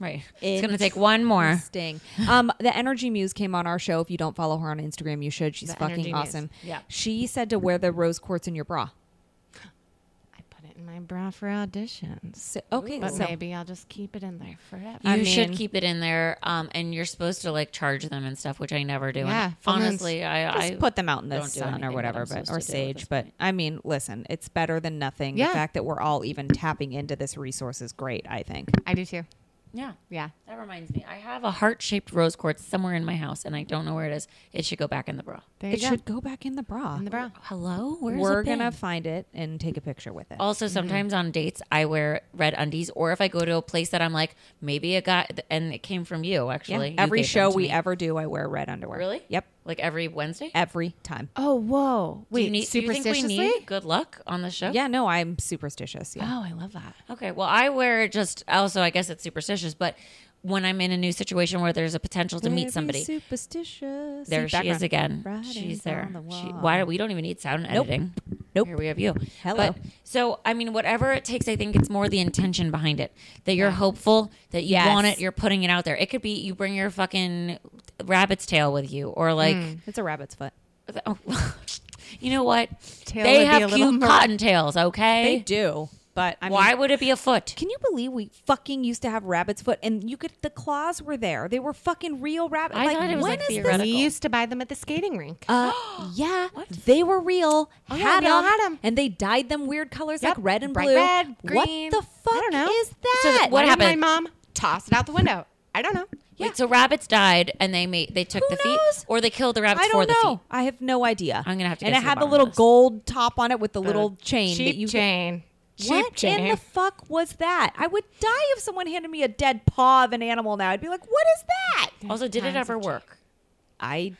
B: Right. It's going to take one
D: Uh.
B: more.
C: Interesting. Um, the Energy Muse came on our show. If you don't follow her on Instagram, you should. She's
D: The Energy
C: fucking
D: Muse.
C: awesome.
B: Yeah.
C: She said to wear the rose quartz in your bra.
D: I put it in my bra for auditions,
C: So, okay,
D: but
C: so
D: maybe I'll just keep it in there forever.
B: You
C: I
B: should
C: mean-
B: keep it in there, um, and you're supposed to like charge them and stuff, which I never do. And
D: Yeah, full moons.
B: honestly, I,
C: just
B: I
C: put them out in the
B: don't do
C: sun
B: anything
C: or
B: that
C: whatever,
B: I'm
C: but
B: supposed
C: or
B: to do at
C: sage.
B: this
C: But I mean, listen, it's better than nothing.
D: Yeah.
C: The fact that we're all even tapping into this resource is great. I think.
D: I do too.
B: yeah.
D: Yeah,
B: That reminds me, I have a heart shaped rose quartz somewhere in my house, and I don't know where it is. It should go back in the bra.
D: there you
C: It
D: go.
C: should go back in the bra.
D: in the bra.
B: Hello, where's
C: we're
B: it been?
C: gonna find it and take a picture with it.
B: Also, sometimes on dates, I wear red undies, or if I go to a place that I'm like, maybe it got, and it came from you
C: Yeah.
B: actually. You
C: Every
B: gave them
C: show
B: to
C: we
B: me.
C: ever do, I wear red underwear.
B: Really?
C: Yep.
B: Like every Wednesday?
C: every time.
D: Oh, whoa.
B: Do
D: Wait,
B: you need, do you think we
D: superstitiously?
B: need good luck on the show?
C: Yeah, no, I'm superstitious. Yeah.
D: Oh, I love that.
B: Okay. Well, I wear it just also, I guess it's superstitious, but when I'm in a new situation where there's a potential Oh, to meet somebody,
C: Superstitious.
B: there she is
C: Background.
B: again.
C: Writings
B: She's there.
C: on the
B: She,
C: wall.
B: why do we don't even need sound editing?
C: Nope.
B: Here we have you.
C: Hello.
B: But, so I mean, whatever it takes, I think it's more the intention behind it that you're hopeful, that you
C: Yes.
B: want it, you're putting it out there. It could be you bring your fucking rabbit's tail with you, or like,
C: It's a rabbit's foot.
B: oh, you know what?
D: Tail would
B: they
D: be
B: have
D: a little
B: cute
D: more-
B: cottontails.
C: They
B: Okay.
C: do, but I mean,
B: why would it be a foot?
C: Can you believe we fucking used to have rabbit's foot and you could the claws were there. They were fucking real rabbit.
B: I
C: like,
B: thought it was,
C: when
B: like,
C: is this-
B: theoretical.
D: We used to buy them at the skating rink.
C: Uh, yeah, they were real.
D: Oh, yeah,
C: had,
D: we all
C: them,
D: had 'em.
C: and they dyed them weird colors
D: Yep.
C: like red and
D: Bright
C: blue.
D: red,
C: what
D: green.
C: the
D: I
C: fuck
D: don't know.
C: is
B: So
C: that?
B: th- what
D: Why did
B: happened?
D: My mom tossed it out the window. I don't know.
B: Wait, so rabbits died and they made they took
C: Who
B: the
C: knows?
B: feet, or they killed the rabbits
C: I
B: for
C: don't
B: the
C: know.
B: feet.
C: I have no idea.
B: I'm gonna have to
C: And
B: get
C: it
B: to the
C: had the
B: bottom of
C: little
B: this.
C: gold top on it with the little chain that
D: Cheap
C: you
D: chain. Cheap
C: What
D: chain.
C: in the fuck was that? I would die if someone handed me a dead paw of an animal now. I'd be like, what is that?
B: Also, did it
D: kinds
B: ever
D: of
B: work?
C: I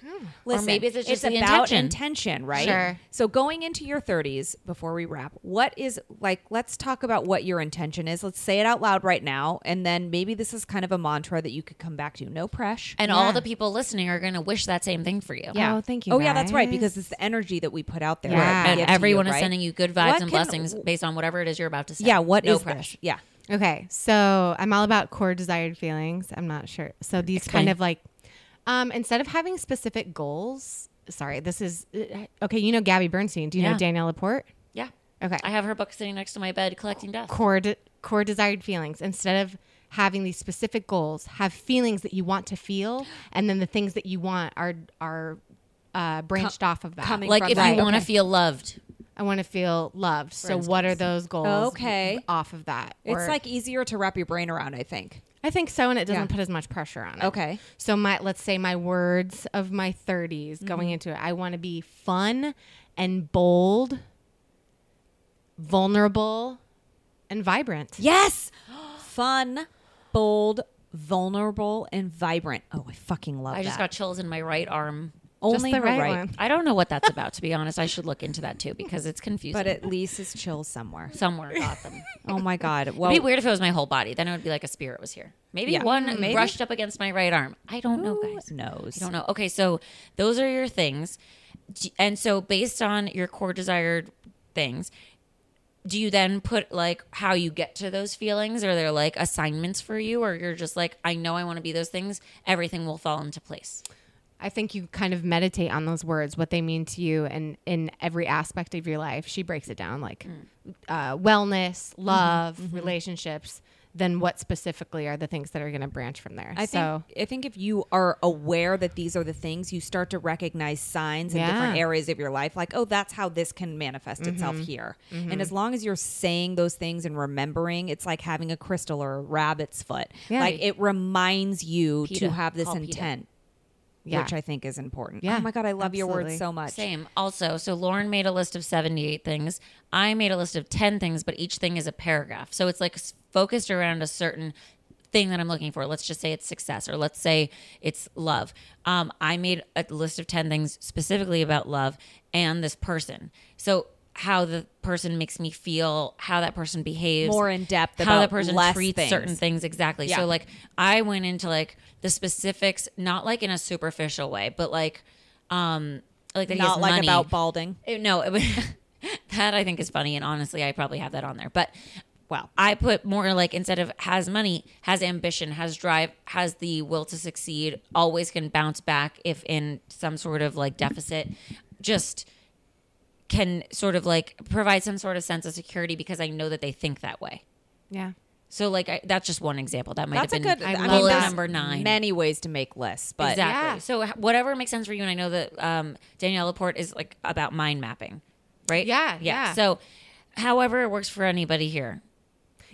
C: listen.
B: maybe it's just the
C: about
B: intention.
C: right?
D: Sure.
C: So going into your 30s, before we wrap, what is like? Let's talk about what your intention is. Let's say it out loud right now, and then maybe this is kind of a mantra that you could come back to. No pressure.
B: And all
D: Yeah.
B: the people listening are going to wish that same thing for you.
D: Oh, thank you,
C: Oh yeah, that's right.
D: guys.
C: Because it's the energy that we put out there.
D: Yeah.
C: that we
B: And
C: give to you,
B: everyone is
C: right?
B: sending you good vibes
C: What
B: and
C: can-
B: blessings based on whatever it is you're about to say.
C: Yeah. What is
B: no
C: this?
B: pressure.
C: Yeah.
D: Okay, so I'm all about core desired feelings. I'm not sure. So these
B: Explain.
D: kind of like, um, instead of having specific goals, sorry, this is uh, okay. You know Gabby Bernstein. Do you
B: Yeah.
D: know Danielle Laporte?
B: Yeah.
D: Okay,
B: I have her book sitting next to my bed collecting dust.
D: core de- core desired feelings. Instead of having these specific goals, have feelings that you want to feel, and then the things that you want are are uh, branched off of that.
C: coming-
B: Like
C: from
B: if
C: that.
B: you want to
D: Okay.
B: feel loved.
D: I want to feel loved. So what are those goals?
C: Okay.
D: off of that.
C: It's
D: Or-
C: like easier to wrap your brain around. I think.
D: I think so, and it doesn't
C: Yeah.
D: put as much pressure on it.
C: Okay.
D: So my let's say my words of my 30s going
C: Mm-hmm.
D: into it, I want to be fun and bold, vulnerable, and vibrant.
C: Yes. Fun, bold, vulnerable, and vibrant. Oh, I fucking love
B: I just
C: that. Oh.
B: got chills in my right arm.
D: Just
C: Only
D: the
C: her
D: right one.
B: I don't know what that's about, to be honest. I should look into that too because it's confusing.
C: But at least it's chill somewhere.
B: Somewhere got them.
C: Oh my god. Well,
B: It'd be weird if it was my whole body. Then it would be like a spirit was here. Maybe
C: Yeah.
B: one
C: Mm, maybe.
B: brushed up against my right arm. I don't know, guys.
C: knows?
B: I don't know. Okay, so those are your things. D- And so based on your core desired things, do you then put like how you get to those feelings? Are there like assignments for you or you're just like I know I want to be those things, everything will fall into place.
D: I think you kind of meditate on those words, what they mean to you, and in every aspect of your life. She breaks it down like
C: Mm.
D: uh, wellness,
C: Mm-hmm.
D: love, relationships. Then what specifically are the things that are going to branch from there?
C: I think
D: so
C: I think if you are aware that these are the things, you start to recognize signs in different
D: Yeah.
C: areas of your life. Like, oh, that's how this can manifest itself here. And as long as you're saying those things and remembering, it's like having a crystal or a rabbit's foot.
D: Yeah.
C: Like it reminds you
B: PETA.
C: to have this
B: Call PETA.
C: intent,
D: yeah,
C: which I think is important.
D: Yeah.
C: Oh my god, I love your words
D: Absolutely.
C: so much.
B: Same. Also, so Lauren made a list of 78 things. I made a list of 10 things, but each thing is a paragraph. So it's like s- focused around a certain thing that I'm looking for. Let's just say it's success or let's say it's love. Um, I made a list of 10 things specifically about love and this person. So how the person makes me feel, how that person behaves,
C: More in depth
B: how that
C: about
B: person
C: less
B: treats
C: things.
B: certain things exactly.
C: Yeah.
B: So like I went into like the specifics, not like in a superficial way, but like um like that he
C: Not
B: has
C: like
B: money.
C: about balding.
B: It- no, it, was- that I think is funny, and honestly, I probably have that on there. But
C: Wow.
B: I put more like instead of has money, has ambition, has drive, has the will to succeed, always can bounce back if in some sort of like deficit, just can sort of like provide some sort of sense of security because I know that they think that way.
D: yeah.
B: So like I, that's just one example. That might
C: That's a
B: have been
C: good.
D: I
C: mean,
D: love
B: bullet
C: there's
D: that.
B: number nine.
C: Many ways to make lists, but
B: exactly.
D: Yeah.
B: So h- whatever makes sense for you, and I know that um, Danielle Laporte is like about mind mapping, right?
D: Yeah, yeah.
B: So, however, it works for anybody here.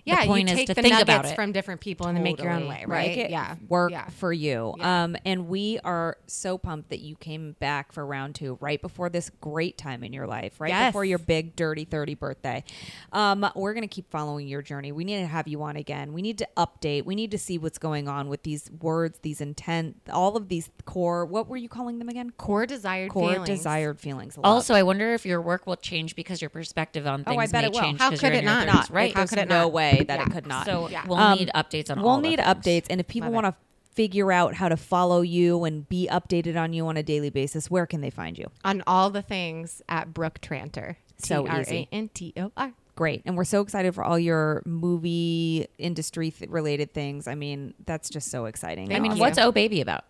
D: yeah,
B: point
D: you
B: is
D: take
B: to
D: the
B: think
D: nuggets
B: about it.
D: from different people and then make your own
C: Totally.
D: way, right?
C: Make it
D: yeah,
C: work
D: Yeah.
C: for you. Um, and we are so pumped that you came back for round two, right before this great time in your life, right
D: Yes.
C: before your big dirty thirty birthday. Um, we're gonna keep following your journey. We need to have you on again. We need to update. We need to see what's going on with these words, these intent, all of these core. What were you calling them again?
D: core desired
C: Core
D: feelings.
C: desired feelings. love.
B: Also, I wonder if your work will change because your perspective on things
C: oh, I bet
B: may
C: it will.
B: change.
D: How
B: 'cause
D: could
B: you're in
D: it
B: your
D: not?
B: 30s,
D: Like,
B: right?
D: how
C: There's
D: could it
C: no
D: not?
C: way that
D: Yeah.
C: it could not.
B: So
D: Yeah.
B: we'll
C: Um,
B: need updates on.
C: we'll
B: all the
C: need
B: things.
C: updates and if people
D: Love it.
C: want to figure out how to follow you and be updated on you on a daily basis where can they find you
D: on all the things at Brooke Tranter.
C: So
D: T R
C: easy.
D: A N T O R.
C: great and we're so excited for all your movie industry th- related things i mean that's just so exciting and
B: I mean,
C: awesome.
B: what's Oh Baby about?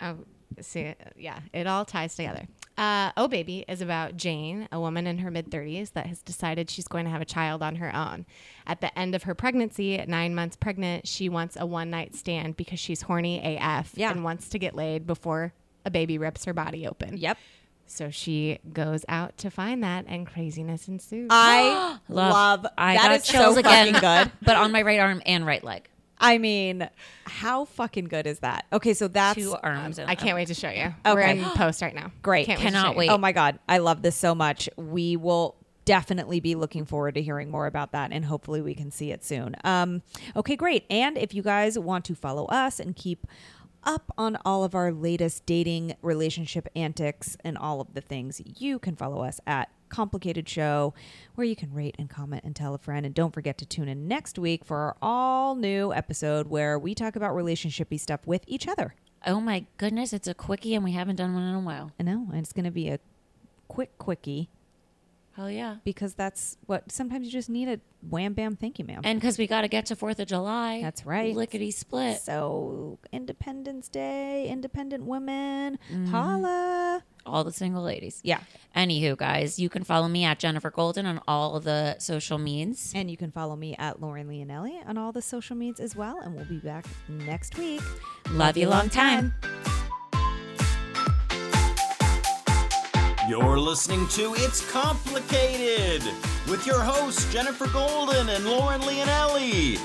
D: Oh, see, yeah, it all ties together. Uh, oh Baby is about Jane, a woman in her mid 30s that has decided she's going to have a child on her own. At the end of her pregnancy, at nine months pregnant, she wants a one night stand because she's horny AF
C: Yeah.
D: and wants to get laid before a baby rips her body open.
C: yep
D: So she goes out to find that, and craziness ensues.
C: Uh, i
B: Love.
C: love,
B: I
C: that
B: got
C: is
B: chills
C: so
B: again.
C: fucking good
B: But on my right arm and right leg,
C: i mean how fucking good is that okay so that's
B: two arms. and
D: I can't wait to show you. We're
C: Okay.
D: in post right now.
C: Great.
D: Can't
B: Cannot
D: wait. to show you.
B: wait.
C: Oh my God. I love this so much. We will definitely be looking forward to hearing more about that and hopefully we can see it soon. Um, okay, great. And if you guys want to follow us and keep up on all of our latest dating relationship antics and all of the things, you can follow us at Complicated Show, where you can rate and comment and tell a friend. And don't forget to tune in next week for our all new episode where we talk about relationshipy stuff with each other.
B: Oh my goodness, it's a quickie, and we haven't done one in a while.
C: I know and it's going to be a quick quickie.
B: Hell yeah!
C: because that's what sometimes you just need a wham bam thank you ma'am.
B: And because we got to get to Fourth of July.
C: That's right.
B: Lickety split.
C: so Independence Day, independent women,
B: Mm-hmm.
C: holla.
B: all the single ladies.
C: Yeah.
B: Anywho, guys, you can follow me at Jennifer Golden on all the social means.
C: And you can follow me at Lauren Leonelli on all the social medias as well. And we'll be back next week.
B: Love you long time.
A: You're listening to It's Complicated with your hosts, Jennifer Golden and Lauren Leonelli.